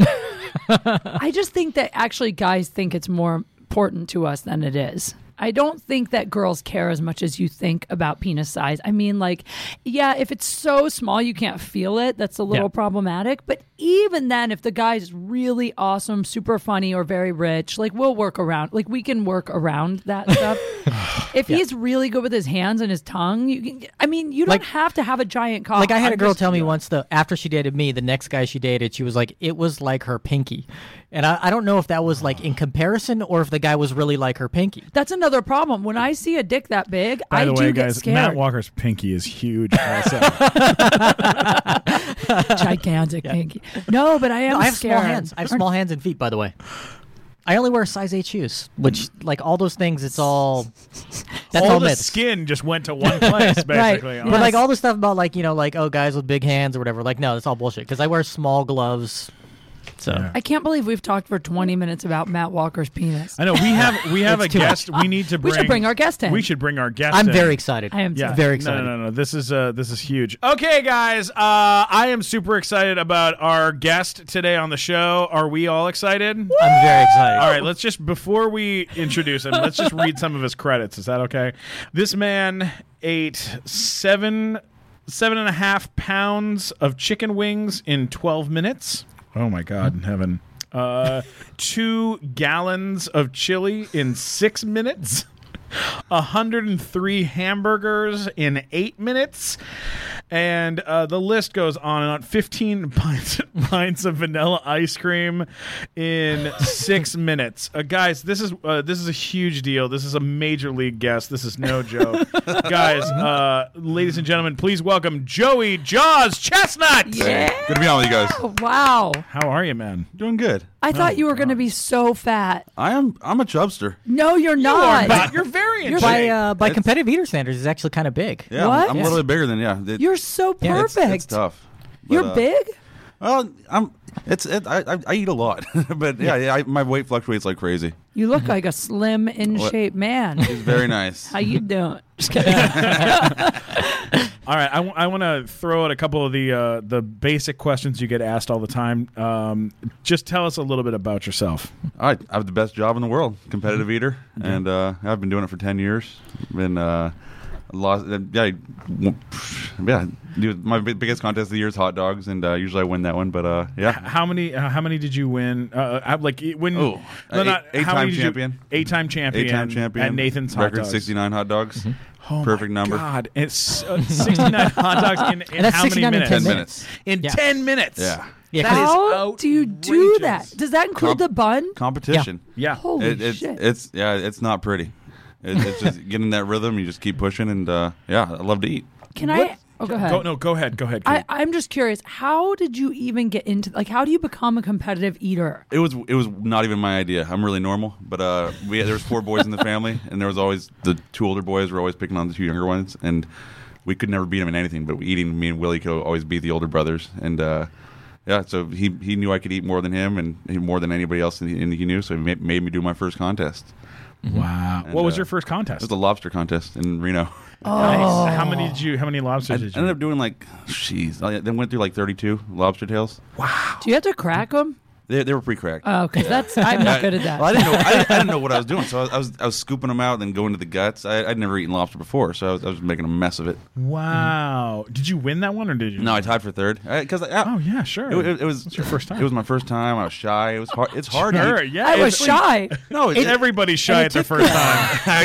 S3: I just think that actually, guys think it's more important to us than it is. I don't think that girls care as much as you think about penis size. I mean, like, yeah, if it's so small you can't feel it, that's a little
S4: Yeah.
S3: problematic. But even then, if the guy's really awesome, super funny, or very rich, like, we'll work around. Like, we can work around
S4: [laughs]
S3: that stuff. if he's really good with his hands and his tongue, you can. I mean, you don't
S4: Like-
S3: have to have a giant cock.
S4: Like I had
S3: I'm
S4: a girl
S3: just-
S4: tell me once the after she dated me, the next guy she dated, she was like, it was like her pinky, and I, I don't know if that was like in comparison or if the guy was really like her pinky.
S3: That's another problem. When I see a dick that big,
S2: By
S3: I
S2: the
S3: do
S2: way,
S3: get
S2: guys,
S3: scared.
S2: Matt Walker's pinky is huge. Also.
S3: [laughs] gigantic pinky. No, but I am
S4: I have
S3: scared.
S4: small hands. I have small hands and feet, by the way. I only wear size eight shoes, which like all those things, it's all that's all,
S2: all the
S4: myths.
S2: skin just
S3: [laughs]
S2: went to one place, basically.
S3: Right.
S4: But like
S3: Yes.
S4: all the stuff about like you know like oh guys with big hands or whatever like no that's all bullshit because I wear small gloves, so
S3: I can't believe we've talked for 20 minutes about Matt Walker's penis.
S2: I know we have we have a
S4: It's too much.
S2: guest. We need to bring.
S3: We should bring our guest in.
S2: We should bring our guest.
S4: I'm
S2: in.
S4: very excited.
S3: I am too.
S2: Yeah,
S4: very
S2: No,
S4: excited.
S2: no, no, no. This is uh, this is huge. Okay, guys, uh, I am super excited about our guest today on the show. Are we all excited?
S4: I'm very excited.
S2: All right, let's just before we introduce him, let's just read some of his credits. Is that okay? This man ate seven seven and a half pounds of chicken wings in twelve minutes. Oh my God in heaven! Uh, two gallons of chili in six minutes. 103 hamburgers in eight minutes. And uh, the list goes on and on. 15 [laughs] pints, pints of vanilla ice cream in six [laughs] minutes. Uh, guys, this is uh, this is a huge deal. This is a major league guest. This is no joke. guys, uh, ladies and gentlemen, please welcome Joey Jaws Chestnut.
S6: Good to be on with you guys.
S3: Oh, wow.
S2: How are you, man?
S6: Doing good.
S3: I
S2: Oh,
S3: thought you were going to be so fat.
S6: I am. I'm a chubster.
S3: No, you're not.
S2: But you're very in
S4: by
S2: shape.
S4: uh, by
S6: It's-
S4: competitive eater standards is actually kind of big.
S6: Yeah, I'm-
S3: What?
S6: I'm, a little bit bigger than yeah. It-
S3: You're so perfect.
S4: Yeah,
S6: it's, it's tough. But,
S3: you're
S6: uh,
S3: big?
S6: Well, I'm. It's. It, I, I. I eat a lot, [laughs] but yeah, yeah I, my weight fluctuates like crazy.
S3: You look like a slim, in
S6: What?
S3: shape man.
S6: It's very
S3: [laughs]
S6: nice.
S3: How you doing? Just kidding.
S2: All right, I, w- I want to throw out a couple of the uh, the basic questions you get asked all the time. Um, just tell us a little bit about yourself.
S6: I, I have the best job in the world, competitive eater, and uh, I've been doing it for ten years. Been uh, lost. uh, Yeah, I- w- yeah. dude, My big- biggest contest of the year is hot dogs, and uh, usually I win that one. But uh,
S2: [laughs]
S6: yeah,
S2: How many uh, how many did you win? Uh, I- like e- when
S6: Oh,
S2: no,
S6: uh,
S2: not-
S6: eight-
S2: how many
S6: eight-time
S2: did you-
S6: champion.
S2: eight-time champion,
S6: eight time champion.
S2: at Nathan's hot
S6: record
S2: dogs.
S6: sixty nine hot dogs.
S3: Mm-hmm.
S2: Oh my
S6: Perfect number.
S2: God, it's uh, sixty
S4: [laughs]
S2: nine hot dogs in, in
S4: that's
S2: how many
S4: 69 in
S2: minutes?
S6: 10
S4: minutes.
S2: In
S4: Yeah.
S2: ten minutes.
S6: Yeah,
S4: Yeah, 'cause it's-
S3: How do you do that?
S2: outrageous.
S3: Does that include
S6: Comp-
S3: the bun?
S6: competition.
S2: Yeah.
S3: Holy
S6: it, it's,
S3: shit.
S6: it's yeah, it's not pretty. It,
S3: [laughs]
S6: it's just getting that rhythm. You just keep pushing, and uh, yeah, I love to eat.
S3: Can I? Oh, go ahead.
S2: Go, no, go ahead. Go ahead.
S3: I,
S2: Kate.
S3: I'm just curious. How did you even get into like? How do you become a competitive eater?
S6: It was it was not even my idea. I'm really normal, but uh, we there was four boys in the family, and there was always the two older boys were always picking on the two younger ones, and we could never beat them in anything. But eating, me and Willie could always beat the older brothers, and uh, yeah, so he he knew I could eat more than him and he- more than anybody else, and he, and he knew, so he made, made me do my first contest.
S2: wow.
S6: And,
S2: what was
S6: uh,
S2: your first
S6: It was
S2: contest?
S6: a lobster contest in Reno.
S4: Oh.
S2: Nice. How many did you? How many
S6: I, I
S2: lobsters did you?
S6: ended up doing like, jeez, I then went through like 32 lobster tails.
S3: Do you have to crack them?
S6: They, they were pre-cracked.
S2: Uh,
S3: Oh, because that's I'm not good at
S6: Well, I
S3: that.
S6: didn't know. I, didn't- I didn't know what I was doing, so I was I was, I was scooping them out and then going to the guts. I, I'd never eaten lobster before, so I was, I was making a mess of it.
S2: Mm-hmm. wow. Did you win that one or did you?
S6: Mm-hmm. No, I tied for third because
S2: Oh yeah, sure.
S6: it, it, it was
S2: It's your first time.
S6: It was my first time. I was shy. It was hard. It's hard. to
S2: Sure,
S6: eat.
S2: yeah.
S3: I was
S2: it's- Oh
S3: shy.
S6: No, it's,
S2: It's everybody's shy at their
S4: [laughs]
S2: first time.
S6: oh, I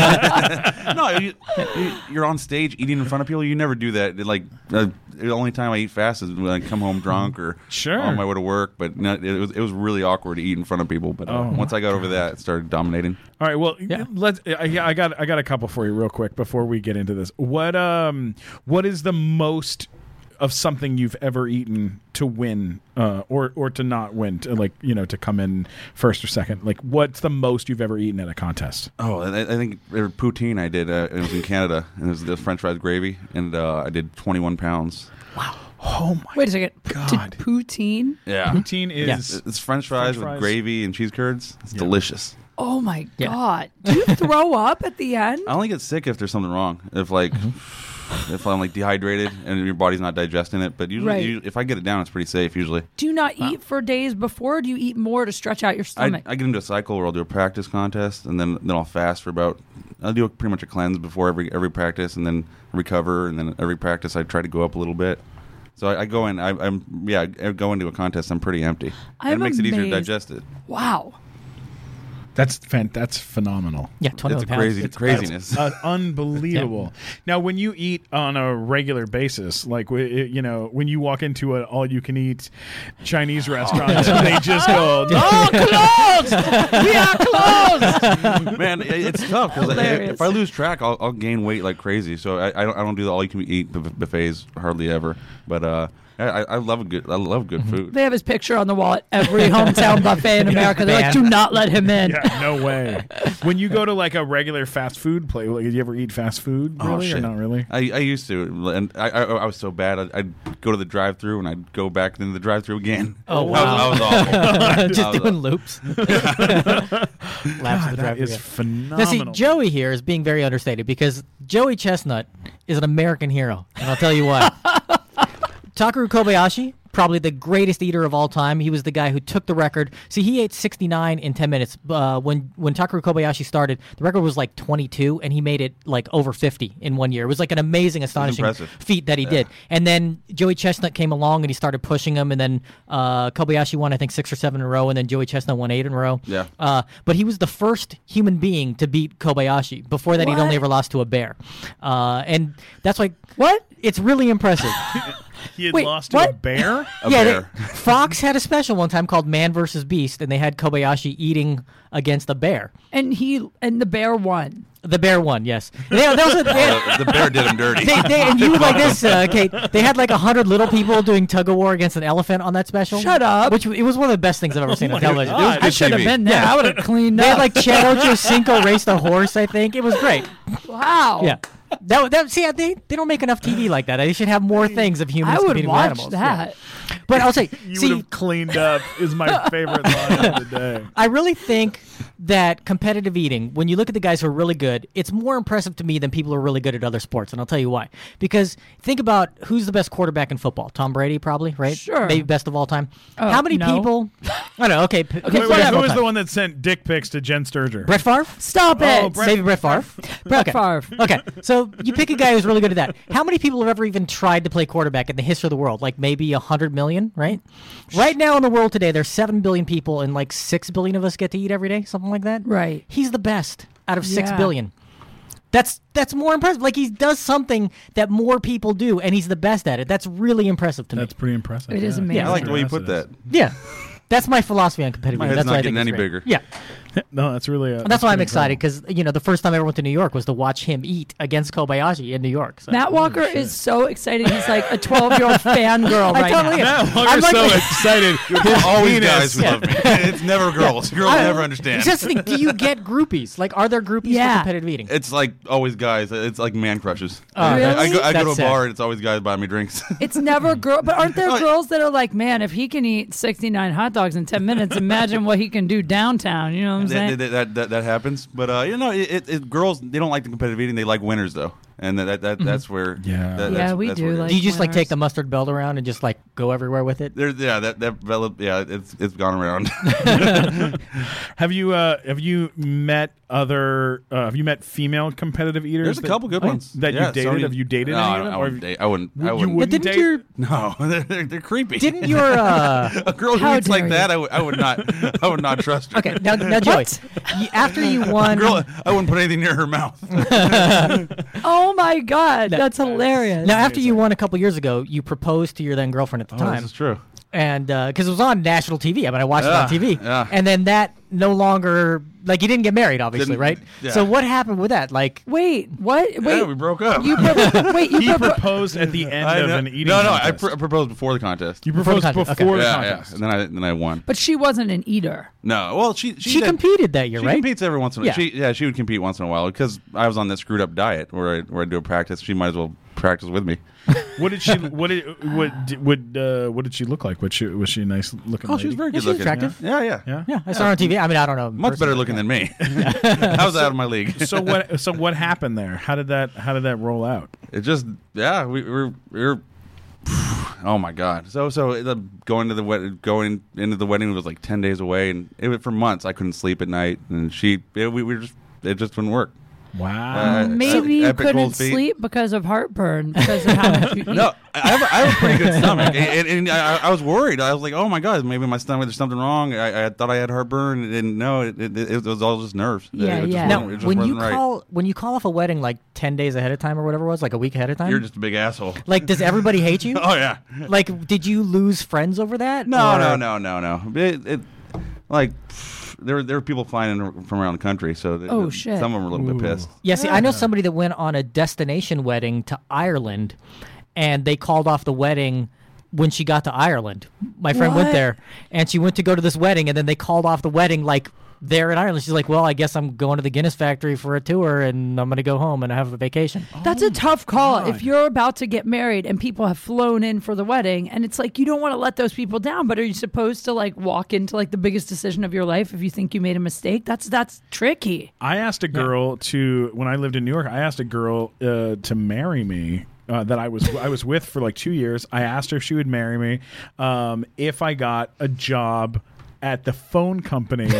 S6: agree. no, you, you, you're on stage eating in front of people. You never do that. Like uh, the only time I eat fast is when I come home drunk or
S2: Sure.
S6: on my way to work. But no, it was it was really awkward to eat in front of people. But uh,
S2: Oh,
S6: once I got over that, it started dominating.
S2: All right, well,
S4: Yeah.
S2: let's. I, I got I got a couple for you real quick before we get into this. What um, what is the most of something you've ever eaten to win, uh, or or to not win, to like you know to come in first or second? Like, what's the most you've ever eaten at a contest?
S6: Oh, I, I think uh, poutine I did. Uh, it was in Canada, and it was the French fries gravy, and uh, I did 21 pounds.
S2: Oh my
S3: Wait a second. P-
S2: God.
S3: To poutine.
S6: Yeah,
S2: Poutine
S4: Yeah.
S2: is
S6: It's French fries,
S2: French fries.
S6: with gravy and cheese curds. It's delicious.
S3: Oh my
S2: [laughs]
S4: Yeah.
S3: god. Do you throw up at the end?
S2: Oh,
S6: I only get sick if there's something wrong. If like
S4: Mm-hmm.
S6: if I'm like dehydrated and your body's not digesting it. But usually,
S3: Right.
S6: you- if I get it down, it's pretty safe usually.
S3: Do you not eat for days before? Or do you eat more to stretch out your
S6: I,
S3: stomach?
S6: I get into a cycle where I'll do a practice contest and then then I'll fast for about I'll do pretty much a cleanse before every every practice and then recover and then every practice I try to go up a little bit. So I, I go in I, I'm yeah I go into a contest I'm pretty empty. And
S3: I'm
S6: it makes it easier to
S3: amazed.
S6: digest it.
S3: wow.
S2: That's fan- that's phenomenal.
S4: Yeah, twenty
S6: It's a
S4: pounds. [laughs]
S6: crazy craziness.
S2: That's, uh, unbelievable. Now, when you eat on a regular basis, like wi- it- you know, when you walk into an all-you-can-eat Chinese
S4: [laughs]
S2: restaurant, they just go, "No, Oh,
S3: [laughs]
S2: closed! We are closed!"
S6: [laughs] Man, it- it's tough because
S3: Hilarious.
S6: if I lose track, I'll, I'll gain weight like crazy. So I, I, don't, I don't do the all you can eat buffets hardly ever. But uh, I, I I love a good I love good food.
S3: They have his picture on the wall at every
S2: [laughs]
S3: hometown buffet in America. They're like,
S4: man.
S3: do not let him in.
S2: yeah, no way. When you go to like a regular fast food place, like, do you ever eat fast food? Really
S6: Oh,
S2: or
S6: shit.
S2: not really?
S6: I, I used to, and I, I, I was so bad. I'd, I'd go to the drive-through and I'd go back into the drive-through again.
S4: [laughs] Oh,
S6: I was, I was awful. I
S4: Just
S6: was
S4: doing loops. [laughs]
S6: Ah,
S4: Laps of
S2: That
S4: the drive.
S2: is
S4: Now, see,
S2: phenomenal.
S4: Joey here is being very understated because Joey Chestnut is an American hero, and I'll tell you
S6: [laughs]
S4: why. Takaru Kobayashi, probably the greatest eater of all time. He was the guy who took the record. See, he ate 69 in 10 minutes. Uh, when when Takaru Kobayashi started, the record was like 22, and he made it like over 50 in one year. It was like an amazing, astonishing
S6: impressive.
S4: feat that he did. And then Joey Chestnut came along and he started pushing him. And then uh, Kobayashi won, I think, six or seven in a row. And then Joey Chestnut won eight in a row.
S6: Yeah.
S4: Uh, but he was the first human being to beat Kobayashi. Before that, he'd
S3: What?
S4: only ever lost to a bear. Uh, and that's like,
S3: What?
S4: it's
S3: [laughs]
S4: really impressive.
S2: He had
S3: Wait,
S2: lost to a
S3: what?
S2: bear.
S6: A
S4: yeah,
S6: bear.
S4: they- [laughs] Fox had a special one time called Man vs. Beast, and they had Kobayashi eating against a bear.
S3: And he and the bear won.
S4: The bear won, yes. They, that was a, they
S3: Oh,
S4: had-
S6: awful. [laughs] the, the bear did him
S4: [laughs]
S6: dirty.
S4: they, they, and you were like this, uh, Kate. They had like a hundred little people doing tug of war against an elephant on that special.
S3: Shut up. Oh
S4: Which it was one of the best things I've ever seen on television. It was-
S6: Good
S3: I should have
S6: TV.
S3: been there.
S4: Yeah.
S3: I would have cleaned
S4: they had
S3: up.
S4: like Chad Ochocinco raced a horse. I think it was great.
S3: wow.
S4: Yeah. That, that see, they they don't make enough TV like that. They should have more things of humans
S3: I would
S4: competing with
S3: watch
S4: animals. Yeah.
S3: that.
S4: But
S3: [laughs]
S4: I'll say,
S2: You would
S4: see,
S2: have cleaned up. Is my favorite line of the day.
S4: I really think that competitive eating, when you look at the guys who are really good, it's more impressive to me than people who are really good at other sports, and I'll tell you why. Because think about who's the best quarterback in football? Tom Brady, probably, right?
S3: Sure.
S4: maybe best of all time.
S3: Oh,
S4: How many
S3: no. [laughs]
S4: people? I know. Okay, p-
S3: Okay,
S4: who's
S2: Wait, wait,
S4: best of
S2: who
S4: all
S2: was
S4: time?
S2: the one that sent dick pics to Jen Sturger?
S4: Brett Favre.
S3: Stop
S2: Oh,
S3: it.
S2: Brett-
S4: Maybe Brett Favre.
S3: Brett
S4: [laughs] okay.
S3: Favre.
S4: Okay, so you pick a guy who's really good at that. How many people have ever even tried to play quarterback in the history of the world? Like maybe a hundred million, right? Right now in the world today, there's seven billion people, and like six billion of us get to eat every day, something like that.
S3: Right.
S4: He's the best out of six
S3: Yeah.
S4: billion. That's that's more impressive. Like he does something that more people do, and he's the best at it. That's really impressive to me.
S2: That's pretty impressive.
S3: It is amazing.
S6: I like the way you put that.
S4: yeah. That's my philosophy on competitive.
S6: My
S4: eating. that's
S6: head's
S4: why
S6: not
S4: I think
S6: getting
S4: it's
S6: any
S4: great.
S6: bigger.
S4: Yeah,
S2: [laughs] No, that's really. Uh,
S4: that's why I'm
S2: pretty
S4: excited
S2: incredible.
S4: because you know the first time I ever went to New York was to watch him eat against Kobayashi in New York. So.
S3: Matt Walker is so excited. He's like a 12 [laughs] year old fangirl
S4: I
S3: right
S4: totally
S3: now.
S4: am.
S6: [laughs]
S2: Matt Walker's
S4: I'm like-
S2: so excited. His
S6: Always
S2: penis-
S6: guys who love
S4: [laughs]
S6: me. It's never girls. Girls
S4: I-
S6: never understand.
S4: Just think, do you get groupies? Like, are there groupies
S3: Yeah.
S4: for competitive eating?
S6: it's like always guys. It's like man crushes.
S4: Oh,
S6: I, I go, I go to a
S4: that's sad.
S6: bar and it's always guys buying me drinks. [laughs]
S3: It's never girl, but aren't there
S6: No, it-
S3: girls that are like, man, if he can eat 69 hot dogs in 10 [laughs] minutes, imagine what he can do downtown. You know what I'm saying?
S6: that, that, that, that, that happens. But uh, you know, it, it, it, girls they don't like the competitive eating. They like winners though, and that, that, that that's where
S2: Yeah.
S6: that,
S3: Mm-hmm. Yeah,
S6: that's,
S3: we
S6: that's
S3: do
S6: where it is.
S3: like-
S4: do you just like
S3: winners.
S4: take the mustard belt around and just like go everywhere with it?
S6: There's yeah that that developed yeah it's it's gone
S2: [laughs]
S6: around.
S2: Have you uh, have you met other? Uh, have you met female competitive eaters?
S6: There's a
S2: that-
S6: couple good ones
S2: Oh, that you dated? Have you dated
S6: No,
S2: any
S6: I,
S2: of them?
S6: I
S2: Or
S6: wouldn't.
S2: have-
S6: Date, I wouldn't. I
S2: Would- you wouldn't
S4: But
S6: wouldn't.
S4: didn't
S2: date-
S4: your
S6: no, [laughs] they're, they're, they're creepy.
S4: didn't your uh,
S6: [laughs] a girl who
S3: How
S6: eats like
S3: dare
S6: that?
S3: you.
S6: I would. I would not. I would not trust her. [laughs]
S4: okay now now Joey, you- after you won,
S6: Girl, I wouldn't put anything near her mouth. [laughs]
S3: oh my God. That's hilarious.
S4: now after you won a couple years ago, you proposed to your then girlfriend at the time,
S6: Oh, true.
S4: and because it was on national TV, I mean I watched
S6: Yeah,
S4: it on TV,
S6: yeah.
S4: and then that no longer like you didn't get married, obviously,
S6: Didn't-
S4: right?
S6: yeah.
S4: So what happened with that? Like,
S3: Wait, what? Wait.
S6: Yeah, we broke up.
S3: you
S6: [laughs]
S3: pro- wait, you
S2: he
S3: propo-
S2: proposed at the end
S6: I
S2: of
S6: know-
S2: an eating.
S6: no, no. I
S2: contest.
S6: pr- proposed before the contest.
S2: you
S4: Before the
S2: proposed before,
S4: contest,
S2: the
S4: okay.
S6: yeah, yeah.
S2: contest.
S6: And then I then I won.
S3: but she wasn't an eater.
S6: No, well, she she,
S4: she
S6: did-
S4: competed that year,
S6: She
S4: right?
S6: competes every once in a while.
S4: Yeah.
S6: She, yeah, she would compete once in a while because I was on that screwed up diet where I where I do a practice. She might as well practice with me.
S2: What did she? What did what did, what, uh, what did she look like? Was she was she a nice looking?
S6: Oh,
S2: lady?
S6: she was very
S4: Yeah,
S6: good
S4: she was
S6: looking.
S4: attractive.
S6: Yeah, yeah.
S2: Yeah.
S4: Yeah, I saw her on TV. I mean, I don't know.
S6: Much better looking than me.
S4: [laughs]
S6: I was out of my league.
S2: So what? So what happened there? How did that? How did that roll out?
S6: It just yeah, we were we were oh my god. So so the, going to the wedding, going into the wedding was like ten days away, and it was for months. I couldn't sleep at night, and she it, we were just it just wouldn't work.
S2: Wow.
S6: Uh,
S3: Maybe
S6: so
S3: you
S6: epic
S3: couldn't
S6: cold feet.
S3: sleep because of heartburn because of how [laughs] much you eat.
S6: No, I have, a, I have
S4: [laughs]
S6: a pretty good stomach, and, and, and I, I was worried. I was like, "Oh my god, maybe my stomach. There's something wrong." I, I thought I had heartburn, and no, it, it, it was all just nerves.
S3: Yeah,
S6: it just
S3: yeah.
S6: wasn't-
S4: Now,
S6: it just
S4: when you
S6: wasn't right.
S4: call when you call off a wedding like ten days ahead of time or whatever it was, like a week ahead of time,
S6: you're just a big asshole.
S4: like, does everybody hate you?
S6: [laughs] Oh yeah.
S4: Like, did you lose friends over that?
S6: No,
S4: Or-
S6: no, no, no, no. It, it like pff, there were there were people flying in from around the country, so they,
S3: Oh,
S6: they-
S3: shit.
S6: some of them were a little bit pissed.
S4: Yeah, see, I know somebody that went on a destination wedding to Ireland, and they called off the wedding when she got to Ireland. My friend
S3: What?
S4: went there, and she went to go to this wedding, and then they called off the wedding like there in Ireland. She's like, "Well, I guess I'm going to the Guinness factory for a tour, and I'm gonna go home and have a vacation."
S3: That's
S2: Oh
S3: a tough call if you're about to get married and people have flown in for the wedding and it's like you don't want to let those people down, but are you supposed to like walk into like the biggest decision of your life if you think you made a mistake? That's that's tricky.
S2: I asked a girl to when I lived in New York. I asked a girl uh, to marry me. Uh, that I was I was with for like two years. I asked her if she would marry me um, if I got a job at the phone
S6: [laughs]
S2: company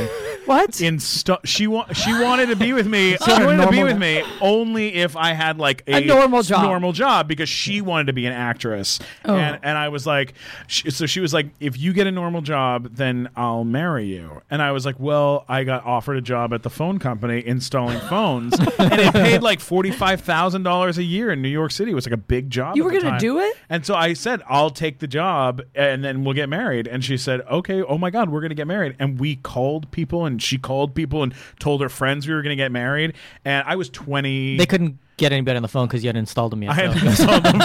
S3: What?
S2: in stu- she wa- she wanted to be
S3: [laughs]
S2: with me. she wanted to be with me only if I had like a,
S3: A normal job. Oh.
S2: normal job because she wanted to be an actress. And and I was like, she, so she was like, if you get a normal job, then I'll marry you. And I was like, well, I got offered a job at the phone company installing phones,
S3: [laughs]
S2: and it paid like forty five thousand dollars a year in New York City. It was like a big job.
S3: You were
S2: at the
S3: gonna
S2: time.
S3: do it?
S2: And so I said, I'll take the job and then we'll get married. And she said, okay, oh my God, we're going to get married. And we called people and she called people and told her friends we were going to get married. And I was 20.
S4: They couldn't get anybody on the phone because you hadn't installed them yet.
S2: [laughs] I,
S4: so-
S2: hadn't installed
S3: [laughs]
S2: them,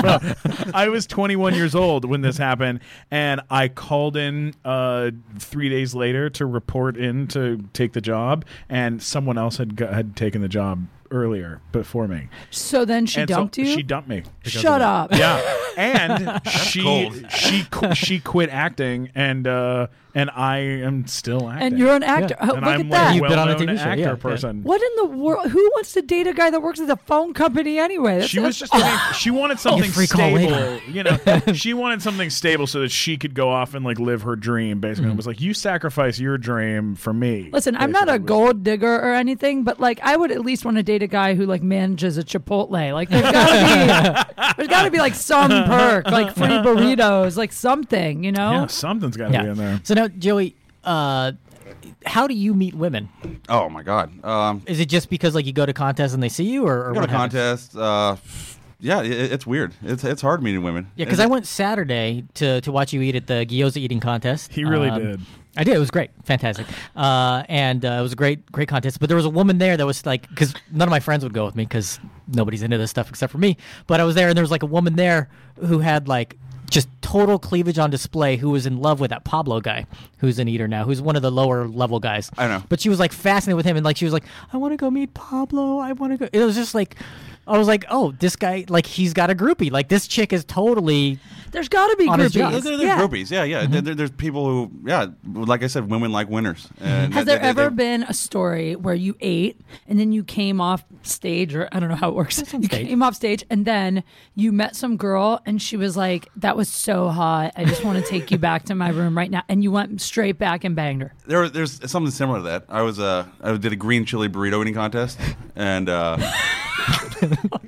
S2: bro. I was 21 years old when this happened, and I called in uh, three days later to report in to take the job, and someone else had go- had taken the job earlier before me.
S3: So then she
S2: And so
S3: dumped you?
S2: She dumped me. because of
S3: Shut
S2: that.
S3: up.
S6: [laughs]
S2: Yeah, and she
S6: cold. [laughs]
S2: she qu- she quit acting, and uh, and I am still acting.
S3: And you're an actor.
S4: Yeah.
S3: Oh,
S2: and
S3: look at
S2: I'm like
S3: that.
S2: a
S4: You've been on a
S2: well-known
S4: TV show,
S2: actor
S4: yeah, yeah.
S2: person.
S3: what in the world? Who wants to date a guy that works at the phone company anyway? That's,
S2: She was
S3: that's-
S2: just getting-
S3: [laughs]
S2: she wanted
S3: Oh,
S2: something
S4: free call
S2: stable,
S4: later.
S2: you know. She wanted something stable so that she could go off and like live her dream. Basically, it was like you sacrifice your dream for me.
S3: Mm-hmm. Listen, I'm not a
S2: basically, was-
S3: gold digger or anything, but like I would at least want to date a guy who like manages a Chipotle. Like there's gotta be there's gotta be like some perk, like free burritos, like something, you know?
S2: Yeah, something's got to be in
S4: yeah.
S2: there.
S4: So now, Joey, uh, how do you meet women?
S6: Oh my god. Um,
S4: Is it just because like you go to contests and they see you, or, or
S6: go to
S4: what happens?
S6: contests. Uh, yeah, i it's weird. It's it's hard meeting women.
S4: Yeah, because I went Saturday to, to watch you eat at the gyoza eating contest. Um,
S2: He really did.
S4: I did. It was great, fantastic, uh, and uh, it was a great, great contest. But there was a woman there that was like, because none of my friends would go with me because nobody's into this stuff except for me. But I was there, and there was like a woman there who had like just total cleavage on display, who was in love with that Pablo guy, who's an eater now, who's one of the lower level guys.
S6: I know.
S4: But she was like fascinated with him, and like she was like, I want to go meet Pablo. I want to go. It was just like. I was like, oh, this guy, like, he's got a groupie. Like, this chick is totally
S3: There's gotta be
S4: On his job.
S6: There-
S3: groupies.
S6: there- there's
S3: Yeah. Mm-hmm.
S6: groupies. Yeah, yeah. There- there- there's people who, yeah, like I said, women like winners. And
S3: Has
S6: they-
S3: there
S6: they- they-
S3: ever been a story where you ate and then you came off stage, or I don't know how it works? You
S4: stage.
S3: came off stage and then you met some girl and she was like, "That was so hot. I just want to take you back to my room right now." And you went straight back and banged her.
S6: There, there's something similar to that. I was, uh, I did a green chili burrito eating contest, and uh, [laughs]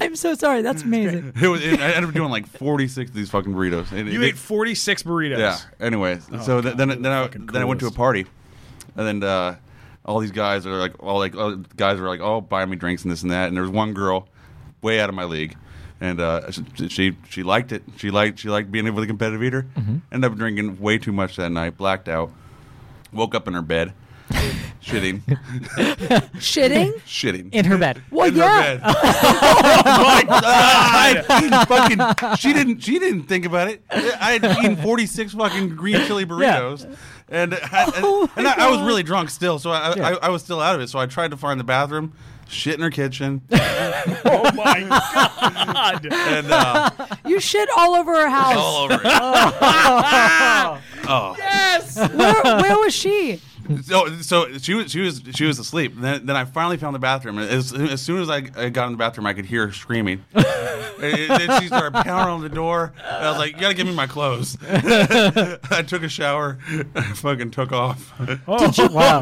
S3: I'm so sorry. That's amazing.
S6: it was, it, I ended up doing like 46 of these fucking burritos. And
S2: You
S6: it-
S2: ate 46 burritos.
S6: Yeah. Anyways, so th- then
S2: you're the
S6: then I,
S2: fucking
S6: then I went to a
S2: coolest.
S6: party, and then uh, all these guys are like, all like all the guys were like, oh, buy me drinks and this and that. And there was one girl, way out of my league, and uh, she, she she liked it. She liked she liked being able to competitive eater. Ended up drinking way too much that night, blacked out, woke up in her bed, shitting,
S3: Shitting.
S6: shitting.
S4: in her bed.
S3: Well,
S6: in
S3: yeah.
S6: [laughs] her bed. oh my [laughs] god! fucking, she didn't. She didn't think about it. I had [laughs] eaten forty six fucking green chili burritos, and I, and,
S3: Oh my
S6: and I, I was
S3: God.
S6: really drunk still, so I, I, I was still out of it. So I tried to find the bathroom. shit in her [laughs] kitchen,
S2: Oh
S6: [laughs]
S2: my god!
S6: and uh,
S3: You shit all over her house.
S6: all over it.
S3: where, where was she?
S6: So, so she was she was she was asleep. Then, then I finally found the bathroom. As, as soon as I, I got in the bathroom, I could hear
S4: [laughs]
S6: her screaming. and, then she started pounding on the door. And I was like, "You gotta give me my clothes." [laughs] I took a shower. [laughs] I fucking took off.
S4: Oh. Wow.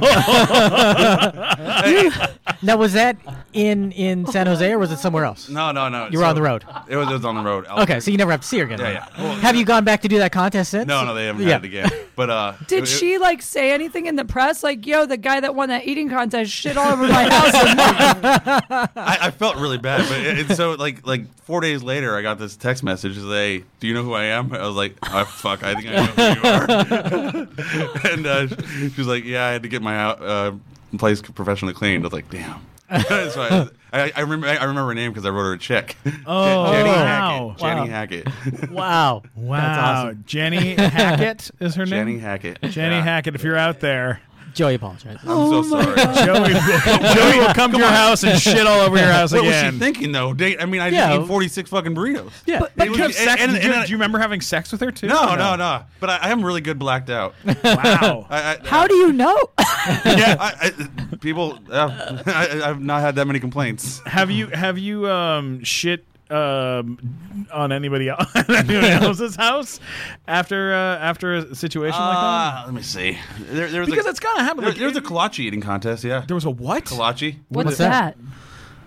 S4: now was that in in San Jose or was it somewhere else?
S6: No, no, no.
S4: You were on the road.
S6: It was, it was on the road.
S4: Okay, so you never have to see her again.
S6: Yeah,
S4: then.
S6: yeah. Well,
S4: have you gone back to do that contest since?
S6: No, no, they haven't had it again. But uh,
S3: Did
S6: it-
S3: she like say anything in the press? Like, yo, the guy that won that eating contest shit all over my house. [laughs]
S6: I, I felt really bad, but it, it's so like like four days later, I got this text message. They, do you know who I am? I was like, oh, fuck, I think I know who you are. [laughs] and uh, she was like, yeah, I had to get my uh, place professionally cleaned. I was like, damn. [laughs] so I, I, I remember I remember her name because I wrote her a check.
S2: Oh,
S6: [laughs] Jenny
S2: wow.
S6: Hackett. Jenny
S4: Wow.
S6: Hackett.
S4: Wow.
S2: Wow,
S4: That's awesome.
S2: Jenny Hackett is her name.
S6: Jenny Hackett.
S2: Jenny
S6: Yeah.
S2: Hackett, if you're out there,
S4: Joey apologizes.
S6: I'm so sorry.
S2: [laughs] Joey, Joey will come to your house and shit all over your house
S6: What was she
S2: again.
S6: thinking though? Date- I mean, I
S4: Yeah.
S6: just ate 46 fucking burritos.
S4: Yeah. But-
S2: But
S6: It
S2: you
S6: was-
S2: have sex-
S6: and-
S2: did you-
S6: and I-
S2: do you remember having sex with her too?
S6: No, no, no. But I, I am really good blacked out.
S2: Wow.
S6: [laughs] I, I,
S3: How do you know?
S6: yeah, I, I, people. Uh, [laughs] I, I've not had that many complaints.
S2: have you have you um shit um [laughs] on anybody else anyone else's house after uh, after a situation like that?
S6: let me see. There, there was
S2: Oh Because
S6: a,
S2: it's gotta happen,
S6: Uh, There,
S2: like,
S6: there was a kolache eating contest. Yeah,
S2: There was a what?
S6: kolache.
S3: What's,
S4: is
S3: that?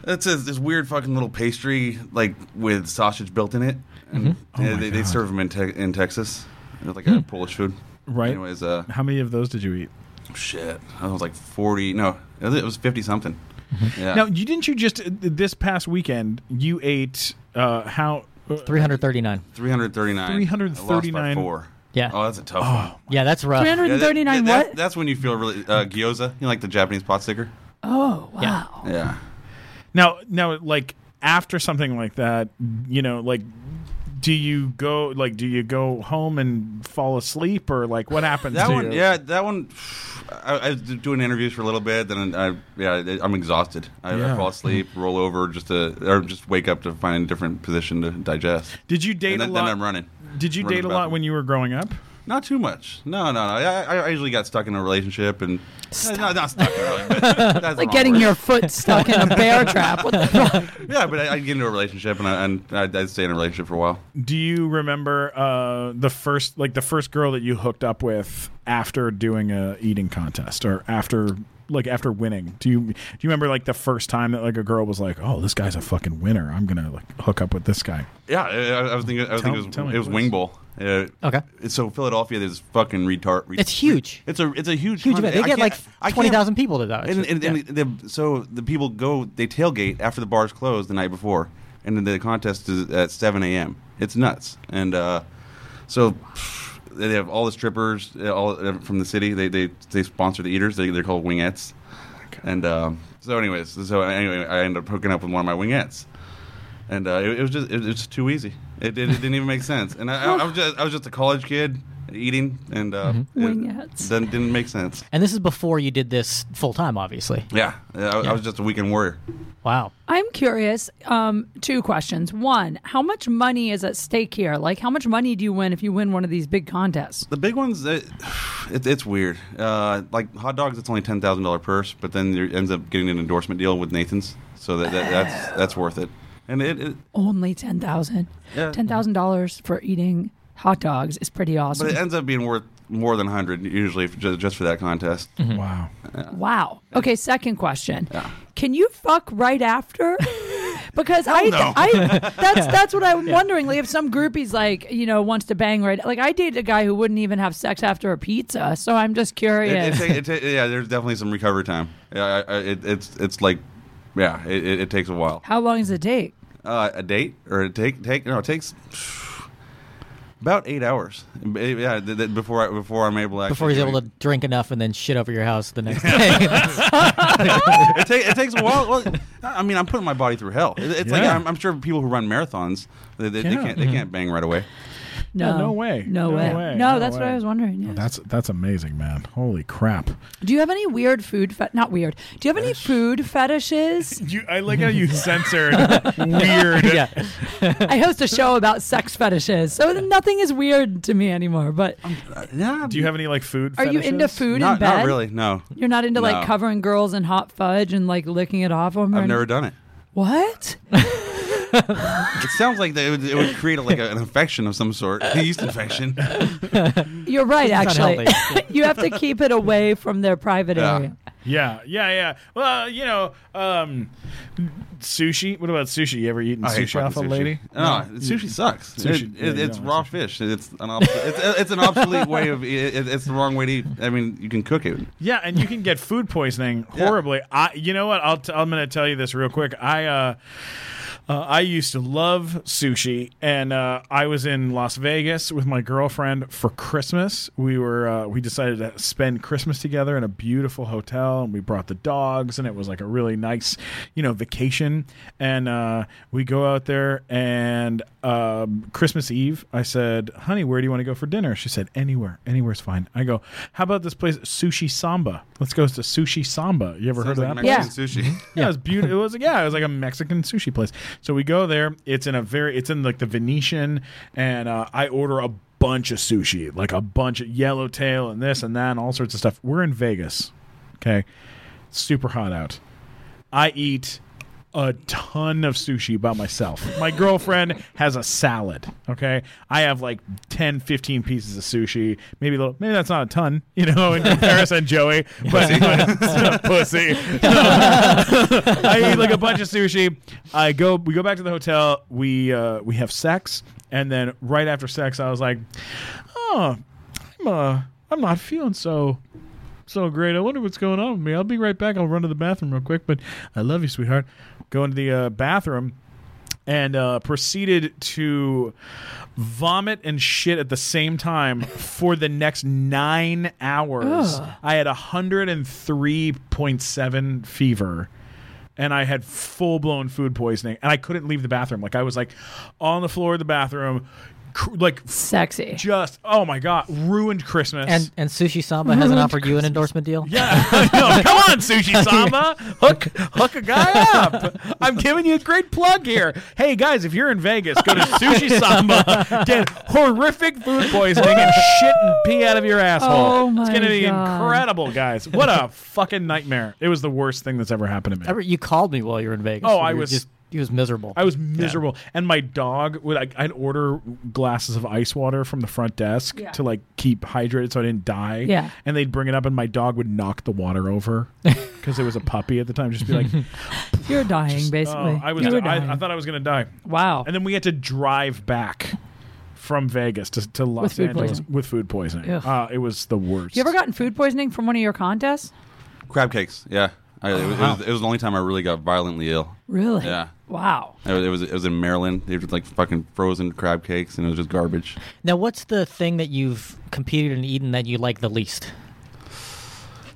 S4: that?
S6: It's a, this weird fucking little pastry, like with sausage built in it. And yeah, they, they serve them in, te- in Texas. It's like a Polish food.
S2: Right.
S6: Anyways, uh,
S2: How many of those did you eat?
S6: shit. I was like forty. No, it was- it was fifty something. Yeah.
S2: Now, you didn't you just this past weekend you ate uh how
S4: 339.
S6: 339.
S2: 339.
S6: I lost by four.
S4: Yeah.
S6: Oh, that's a tough one.
S4: Yeah, that's rough.
S3: Three hundred
S6: Yeah,
S3: and
S6: that-
S3: thirty nine.
S6: that-
S3: What?
S6: That's when you feel really uh, gyoza, you know, like the Japanese pot sticker.
S3: oh wow.
S4: Yeah.
S6: Yeah.
S2: Now, now, like after something like that, you know, like do you go like do you go home and fall asleep or like what happens?
S6: That
S2: to
S6: one,
S2: you?
S6: yeah, that one. I, I was doing interviews for a little bit, then I, yeah, I'm exhausted. I,
S2: Yeah.
S6: I fall asleep, roll over, just to, or just wake up to find a different position to digest.
S2: Did you date
S6: And then,
S2: a
S6: then
S2: lot?
S6: I'm running.
S2: Did you
S6: Running
S2: date a
S6: to the
S2: lot
S6: bathroom.
S2: when you were growing up?
S6: Not too much. No, no, no. I, I- I usually got stuck in a relationship and no, not stuck really.
S2: [laughs]
S6: But that's the
S3: Like
S6: wrong
S3: getting
S6: word.
S3: your foot stuck in a
S6: [laughs]
S3: bear trap. What the fuck?
S6: yeah, but I, I'd get into a relationship and, I, and I'd, I'd stay in a relationship for a while.
S2: Do you remember uh, the first like the first girl that you hooked up with after doing a eating contest or after like after winning? Do you do you remember like the first time that like a girl was like, "Oh, this guy's a fucking winner. I'm going to like hook up with this guy."
S6: Yeah, I, I- I was thinking. I was
S2: Tell-
S6: thinking it
S2: tell
S6: was,
S2: me,
S6: it was
S2: please.
S6: Wing Bowl. Uh,
S4: Okay.
S6: So Philadelphia, there's fucking retard. re-
S4: It's huge.
S6: It's a it's a huge
S4: Huge
S6: con-
S4: event. They
S6: I
S4: get
S6: can't-
S4: like
S6: I can't-
S4: 20,000 people to that.
S6: And, and, and the, so the people go they tailgate after the bars close the night before, and then the contest is at 7 a.m. It's nuts. And uh, so pff, they have all the strippers uh, all uh, from the city. They they, they sponsor the eaters. They, they're called wingettes. And um, so, anyways, so anyway, I ended up hooking up with one of my wingettes. And uh, it, it was just it, was just too easy. It, it, it didn't even make sense. And I, I, I was just I was just a college kid eating, and uh,
S3: Wingettes.
S6: it then didn't make sense.
S4: and this is before you did this full time, obviously.
S6: Yeah, I, I was just a weekend warrior.
S4: Wow.
S3: I'm curious. Um, two questions. One, how much money is at stake here? Like, how much money do you win if you win one of these big contests?
S6: The big ones, it, [sighs] it, it's weird. Uh, like hot dogs, it's only ten thousand dollar purse, but then there ends up getting an endorsement deal with Nathan's, so that, that [sighs] that's that's worth it. And it, it
S3: Only ten thousand.
S6: Yeah.
S3: Ten thousand dollars for eating hot dogs is pretty awesome.
S6: but it ends up being worth more than hundred usually for, just, just for that contest.
S4: Mm-hmm.
S2: Wow.
S3: Wow. Okay, second question. Can you fuck right
S6: [laughs]
S3: after? Because I, I that's that's what I'm wondering. Like if some groupie's like, you know, wants to bang right like I dated a guy who wouldn't even have sex after a pizza, so I'm just
S6: It,
S3: curious.
S6: it, ta-
S4: [laughs]
S6: it, ta- yeah, there's definitely some recovery time. Yeah, I, I, it, it's it's like. Yeah, it, it, it takes a while.
S3: [laughs] How long does it take?
S6: Uh, a date or a take take no, it takes [sighs] about eight hours. Yeah, th- th- before I, before I'm able to actually
S4: Before he's
S6: do
S4: able
S6: it.
S4: to drink enough and then shit over your house the
S6: [laughs]
S4: next day.
S6: it, take, it takes a while. Well, I mean, I'm putting my body through hell. It- it's like
S2: Yeah.
S6: I'm, I'm sure people who run marathons, they, they, they
S2: Yeah. Mm-hmm.
S6: can't they can't bang right away.
S3: No,
S2: Yeah, no way.
S3: No,
S2: No
S3: way.
S2: way.
S3: No,
S2: No
S3: that's what
S2: way.
S3: I was wondering.
S6: Oh,
S3: Yeah.
S2: That's that's amazing, man. Holy crap!
S3: Do you have any weird food? Fe- not weird. Do you have any food
S6: [laughs]
S3: fetishes?
S2: You, I like how you
S3: [laughs]
S2: censored weird.
S4: [laughs] yeah.
S3: I host a show about sex fetishes, so nothing is weird to me anymore. But
S6: Uh, Yeah.
S2: Do you have any like food?
S3: are you into
S2: fetishes?
S3: food in
S6: Not,
S3: bed?
S6: not really. No,
S3: You're not into like
S6: No.
S3: covering girls in hot fudge and like licking it off them.
S6: I've never done it.
S3: What?
S6: It sounds like that it would, it would create a, like a- an infection of some sort, a
S2: [laughs]
S6: yeast infection.
S3: You're right.
S4: It's not
S3: Actually, [laughs] you have to keep it away from their private
S6: Yeah.
S3: area.
S2: Yeah, yeah, yeah. Well, uh, you know, um, sushi. What about sushi? You ever eaten
S6: I hate
S2: sushi off a
S6: fucking sushi.
S2: lady?
S6: No, sushi sucks.
S2: Sushi-
S6: It- it-
S2: yeah,
S6: it's
S2: no,
S6: raw fish. It's an obs- it's, it's an obsolete way of. It, it- it's the wrong way to eat. I mean, you can cook it.
S2: Yeah, and you can get food poisoning
S6: [laughs] Yeah.
S2: horribly. I, you know what? I'll t- I'm going to tell you this real quick. I, uh, uh, I used to love sushi, and uh, I was in Las Vegas with my girlfriend for Christmas. We were uh, we decided to spend Christmas together in a beautiful hotel, and we brought the dogs, and it was like a really nice, you know, vacation. And uh, we go out there, and um, Christmas Eve, I said, "Honey, where do you want to go for dinner?" She said, "Anywhere, anywhere's fine." I go, "How about this place, Sushi Samba? Let's go to Sushi Samba. You ever heard of that?
S6: Sounds
S2: place?
S6: like
S3: Yeah.
S6: Mexican Sushi.
S2: Yeah, it was beautiful. It was yeah, it was like a Mexican sushi place. So we go there. It's in a very, it's in like the Venetian, and uh, I order a bunch of sushi, like a bunch of yellowtail and this and that and all sorts of stuff. We're in Vegas, okay? Super hot out. I eat a ton of sushi by myself. My girlfriend has a salad, okay? I have like 10, 15 pieces of sushi, maybe a little, maybe that's not a ton, you know, in comparison, Joey, but pussy. I eat like a bunch of sushi. I go, we go back to the hotel, we, uh, we have sex, and then right after sex, I was like, oh, I'm, uh, I'm not feeling so so great. I wonder what's going on with me. I'll be right back. I'll run to the bathroom real quick, but I love you, sweetheart. Go into the uh, bathroom and uh, proceeded to vomit and shit at the same time for the next nine hours. I had 103.7 fever. And I had full blown food poisoning, and I couldn't leave the bathroom. Like I was like on the floor of the bathroom, cr- like
S3: Sexy.
S2: just oh my god, ruined Christmas.
S4: And and Sushi Samba hasn't offered you an endorsement deal.
S2: Yeah, [laughs] no, come on, Sushi
S3: [laughs]
S2: Sama, hook hook a guy up. I'm giving you a great plug here. Hey guys, if you're in Vegas, go to Sushi
S3: [laughs]
S2: Sama, get horrific food poisoning and shit and pee out of your asshole.
S3: Oh
S2: it's
S3: my
S2: gonna be
S3: God.
S2: incredible, guys. What a fucking nightmare. It was the worst thing that's ever happened to me.
S4: I re- you called me while you were in Vegas.
S2: Oh,
S4: You
S2: I
S4: were
S2: was-
S4: Just, he was miserable.
S2: I was miserable, and my dog would. I, I'd order glasses of ice water from the front desk to like keep hydrated, so I didn't die.
S3: Yeah.
S2: and they'd bring it up, and my dog would knock the water
S3: [laughs]
S2: over because it was a puppy at the time. Just be like,
S3: You're dying, basically.
S2: oh, I was.
S3: You were dying.
S2: I, I thought I was gonna die,
S3: wow.
S2: and then we had to drive back from Vegas to, to Los
S3: food
S2: Angeles
S3: poisoning.
S2: with food poisoning.
S3: Ugh.
S2: Uh, it was the worst.
S3: you ever gotten food poisoning from one of your contests?
S6: Crab cakes. Yeah, I, it, was, it, was, it was the only time I really got violently ill.
S3: Really?
S6: Yeah.
S3: Wow.
S6: It was, it was it was in Maryland. They were just like fucking frozen crab cakes, and it was just garbage.
S4: Now, what's the thing that you've competed and eaten that you like the least?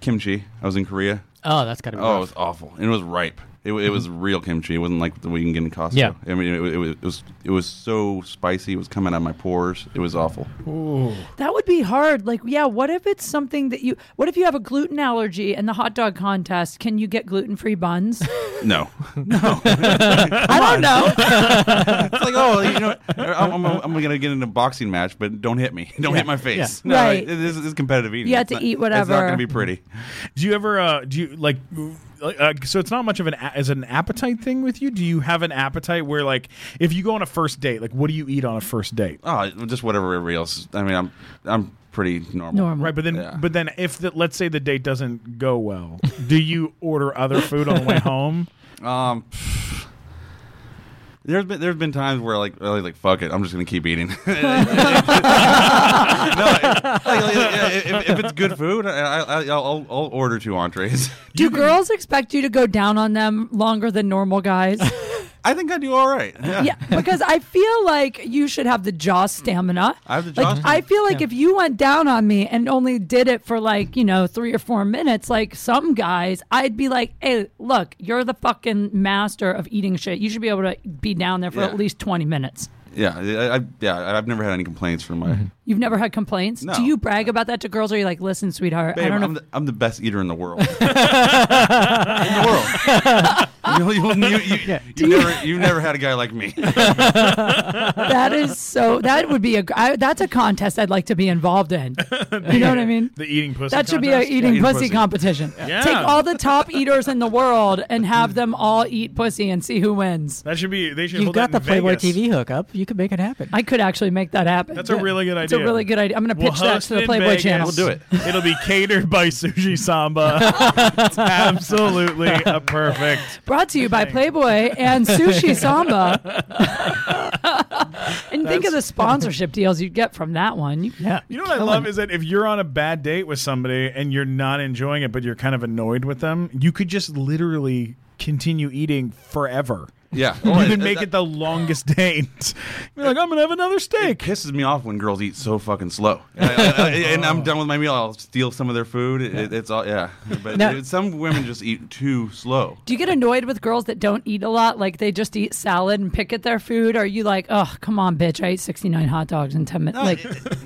S6: Kimchi. I was in Korea.
S4: Oh, that's got to be.
S6: Oh, it
S4: rough.
S6: was awful. And it was ripe. It, wa- it was
S3: Mm-hmm.
S6: real kimchi. It wasn't like the way you can get in Costco.
S4: Yeah.
S6: I mean, it, wa- it, wa- it was it was so spicy. It was coming out of my pores. It was awful.
S3: That would be hard. Like, yeah, what if it's something that you, what if you have a gluten allergy and the hot dog contest? Can you get gluten free
S2: [laughs]
S3: buns? [laughs]
S6: No.
S3: I don't
S2: [laughs]
S3: know.
S6: It's like, oh, you know, I'm, I'm, I'm gonna get in a boxing match, but don't hit me. [laughs] Don't hit my face.
S3: Yeah.
S6: No,
S3: Right.
S6: it- this is competitive eating.
S3: You have
S6: It's
S3: to
S6: not-
S3: eat
S6: It's not
S3: whatever.
S6: gonna be pretty.
S2: Do you ever uh, do you like? like, Uh, so it's not much of an a- is it an appetite thing with you. Do you have an appetite where like if you go on a first date, like what do you eat on a first date?
S6: Oh, just whatever everybody else. I mean, I'm I'm pretty normal.
S3: Normal.
S2: Right, but then
S6: Yeah.
S2: but then if the, let's say the date doesn't go well, do you order other food on the
S3: [laughs]
S2: way home?
S6: Um, there's been there's been times where like I was like fuck it, I'm just gonna keep eating. [laughs] no, like, like, if, if it's good food, I, I, I'll, I'll I'll order two entrees. [laughs]
S3: Do girls expect you to go down on them longer than normal guys?
S6: I think I do all right. Yeah. [laughs]
S3: yeah, because I feel like you should have the jaw stamina.
S6: I have the jaw
S3: Like,
S6: stamina.
S3: I feel like if you went down on me and only did it for like, you know, three or four minutes, like some guys, I'd be like, hey, look, you're the fucking master of eating shit. You should be able to be down there for
S6: Yeah.
S3: at least 20 minutes.
S6: Yeah, I, I, yeah, I've never had any complaints from my.
S3: You've never had complaints?
S6: No.
S3: Do you brag about that to girls or are you like, listen, sweetheart, I
S6: Babe,
S3: don't know.
S6: I'm, the, I'm the best eater in
S3: [laughs]
S6: the world. in the world. You, you, you, you, you never, you've never had a guy like me. [laughs]
S3: that is so that would be a I, that's a contest I'd like to be involved
S6: [laughs]
S3: in. You know what I mean?
S2: The eating pussy.
S3: That should be a
S2: contest?
S3: eating
S6: eating
S3: pussy,
S6: pussy.
S3: competition. Take all the top eaters in the world and have them all eat pussy and see who wins.
S2: That should be. They should.
S4: You've
S2: hold
S4: got the
S2: that in
S4: Playboy
S2: Vegas.
S4: TV hookup. You could make it happen.
S3: I could actually make that happen.
S2: That's a really good
S3: It's a
S2: idea.
S3: really good idea. I'm going to
S2: We'll
S3: pitch that
S2: host
S3: to the
S2: in
S3: Playboy
S2: Vegas.
S3: channel.
S6: We'll do it.
S2: [laughs] It'll be catered by Sushi Samba.
S6: [laughs]
S2: it's absolutely a perfect.
S3: Brought to you by Playboy and
S2: [laughs]
S3: Sushi Samba. and think of the sponsorship deals you'd get from that one. You,
S4: yeah.
S2: You know what I love is that if you're on a bad date with somebody and you're not enjoying it, but you're kind of annoyed with them, you could just literally continue eating forever.
S6: Yeah. Oh,
S2: You could make it the longest [laughs] date. You're like, I'm gonna have another steak.
S6: pisses me off when girls eat so fucking slow. And, I, I- I- and I'm done with my meal. I'll steal some of their food. It, It's all yeah. But
S4: Now-
S6: it- some women just eat too slow.
S3: do you get annoyed with girls that don't eat a lot? Like they just eat salad and pick at their food? Or are you like, oh, come on, bitch, I ate 69 hot dogs in 10 minutes?
S6: No,
S3: Like,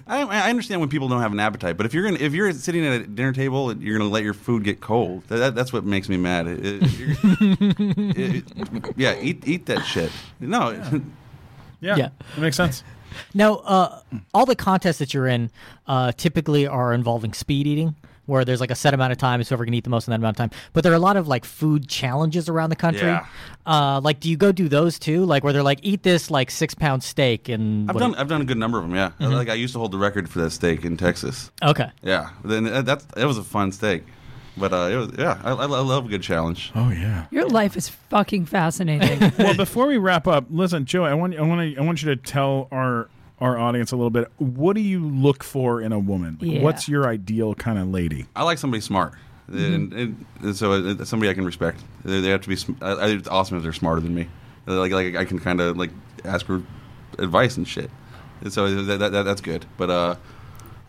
S6: I, I understand when people don't have an appetite, but if you're gonna if you're sitting at a dinner table and you're gonna let your food get cold, that, that, that's what makes me mad. It- it- you're- it- yeah, eat eat that shit. No,
S2: Yeah,
S4: Yeah.
S2: it makes sense.
S4: Now, uh, all the contests that you're in uh, typically are involving speed eating, where there's like a set amount of time, it's whoever can eat the most in that amount of time. But there are a lot of like food challenges around the country.
S6: Yeah.
S4: Uh, like, do you go do those too? Like, where they're like, eat this like six pound steak and.
S6: [laughs] I've
S4: what-
S6: done uh, I've done a good number of them. Yeah, like I used to hold the record for that steak in Texas.
S4: Okay.
S6: Yeah, then that- that's it was a fun steak, but uh, it was yeah. I, I love a good challenge.
S2: Oh yeah.
S3: your life is fucking fascinating.
S2: well, before we wrap up, listen, Joey, I want I want to, I want you to tell our our audience a little bit. What do you look for in a woman? Like,
S3: Yeah.
S2: What's your ideal kind of lady?
S6: I like somebody smart. And, and, and so uh, somebody I can respect. They, they have to be. Sm- I, I, it's awesome if they're smarter than me. Uh, Like like I can kind of like ask for advice and shit. And so uh, that, that, that, that's good. But uh,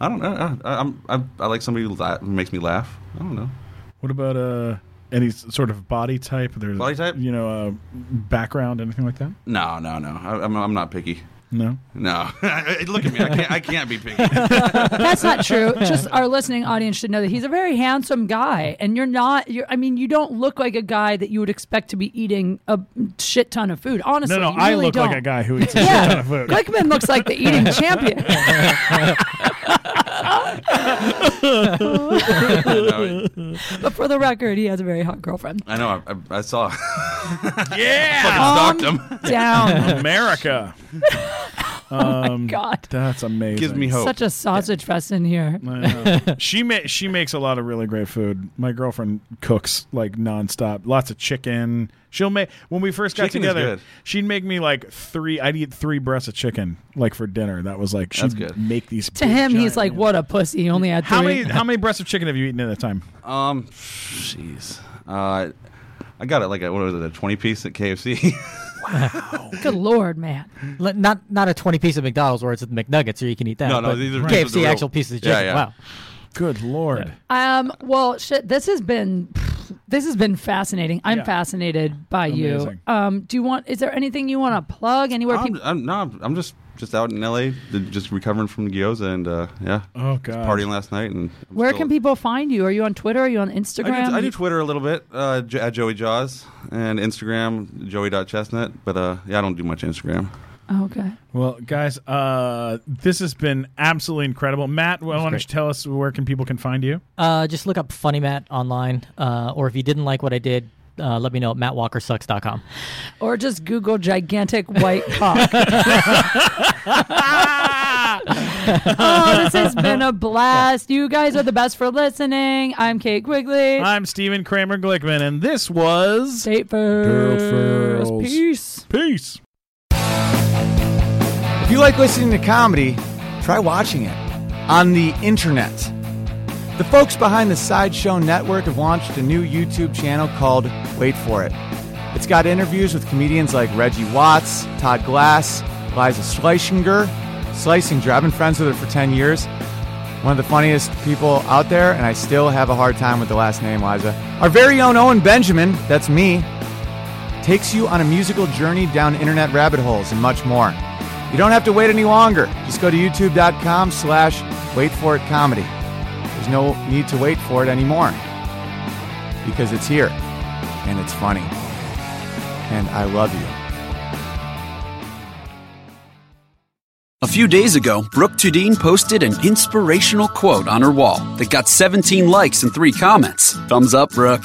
S6: I don't know. I, I- I'm I, I like somebody who la- who makes me laugh. I don't know.
S2: What about uh any s- sort of body type? There's
S6: Body type?
S2: you know, uh, background, anything like that?
S6: No no no. I, I'm I'm not picky.
S2: No.
S6: [laughs] No. Look at me. I can't [laughs] I can't be picky.
S3: That's not true. Just our listening audience should know that he's a very handsome guy, and you're not. You're, I mean, you don't look like a guy that you would expect to be eating a shit ton of food. Honestly,
S2: no, no,
S3: you
S2: I
S3: really
S2: look
S3: don't.
S2: like a
S3: [laughs]
S2: guy who eats a
S3: Yeah.
S2: shit ton of food.
S3: Glickman looks like the
S2: [laughs]
S3: eating champion.
S6: No,
S3: But for the record, he has a very hot girlfriend.
S6: I know. I, I, I saw. [laughs]
S2: yeah,
S6: Stalked him.
S3: Down.
S2: America.
S3: God.
S2: That's amazing.
S6: Gives me hope.
S3: Such a sausage fest in here.
S2: I know. she ma- she makes a lot of really great food. My girlfriend cooks like nonstop. Lots of chicken. She'll make when we first got
S6: Chicken is
S2: together.
S6: good.
S2: She'd make me like three. I'd eat three breasts of chicken like for dinner. That was like she'd
S6: That's good.
S2: make these.
S3: To
S2: big,
S3: him,
S2: giant
S3: he's like,
S2: meals.
S3: "What a pussy! He only had three.
S2: How many how many breasts of chicken have you eaten at a time?
S6: Um, jeez. Uh, I got it like a, what was it, a 20 piece at [laughs] KFC?
S3: Good lord, man!
S4: L- Not not a 20 piece of McDonald's where it's the McNuggets or you can eat that.
S6: No, no,
S4: but
S6: these are- these are
S4: KFC
S6: the real-
S4: actual pieces of
S6: Yeah,
S4: chicken.
S6: yeah.
S4: Wow.
S2: Good lord.
S3: Um. Well, shit. This has been this has been fascinating. I'm
S2: Yeah.
S3: fascinated by
S2: Amazing.
S3: you. Um. Do you want? Is there anything you want to plug? Anywhere
S6: I'm,
S3: people?
S6: I'm, no, I'm- I'm just just out in LA, th- just recovering from gyoza and uh, yeah,
S2: Oh god.
S6: partying last night. And I'm
S3: Where
S6: still-
S3: can people find you? Are you on Twitter? Are you on
S6: I do,
S3: Instagram?
S6: I do Twitter a little bit uh, J- at Joey Jaws and Instagram Joey.chestnut, but uh, yeah, I don't do much Instagram.
S3: Oh, okay.
S2: Well, guys, uh, this has been absolutely incredible. Matt, why don't you
S4: great.
S2: tell us where can people can find you?
S4: Uh, just look up Funny Matt online, uh, or if you didn't like what I did, uh, let me know at mattwalkersucks.com.
S3: Or just Google gigantic white
S6: [laughs]
S3: cock. [laughs] oh, this has been a blast. You guys are the best for listening. I'm Kate Quigley.
S2: I'm Steven Kramer Glickman, and this was
S3: State first.
S2: Girlfriends.
S3: Peace.
S2: Peace.
S7: If you like listening to comedy, try watching it on the internet. The folks behind the Sideshow Network have launched a new YouTube channel called Wait For It. It's got interviews with comedians like Reggie Watts, Todd Glass, Liza Schlesinger, Schlesinger. I've been friends with her for 10 years. One of the funniest people out there, and I still have a hard time with the last name, Liza. Our very own Owen Benjamin, that's me, takes you on a musical journey down internet rabbit holes and much more. You don't have to wait any longer. Just go to youtube.com slash wait for it comedy. There's no need to wait for it anymore because it's here and it's funny. And I love you.
S8: A few days ago, Brooke Tudine posted an inspirational quote on her wall that got 17 likes and 3 comments. Thumbs up, Brooke.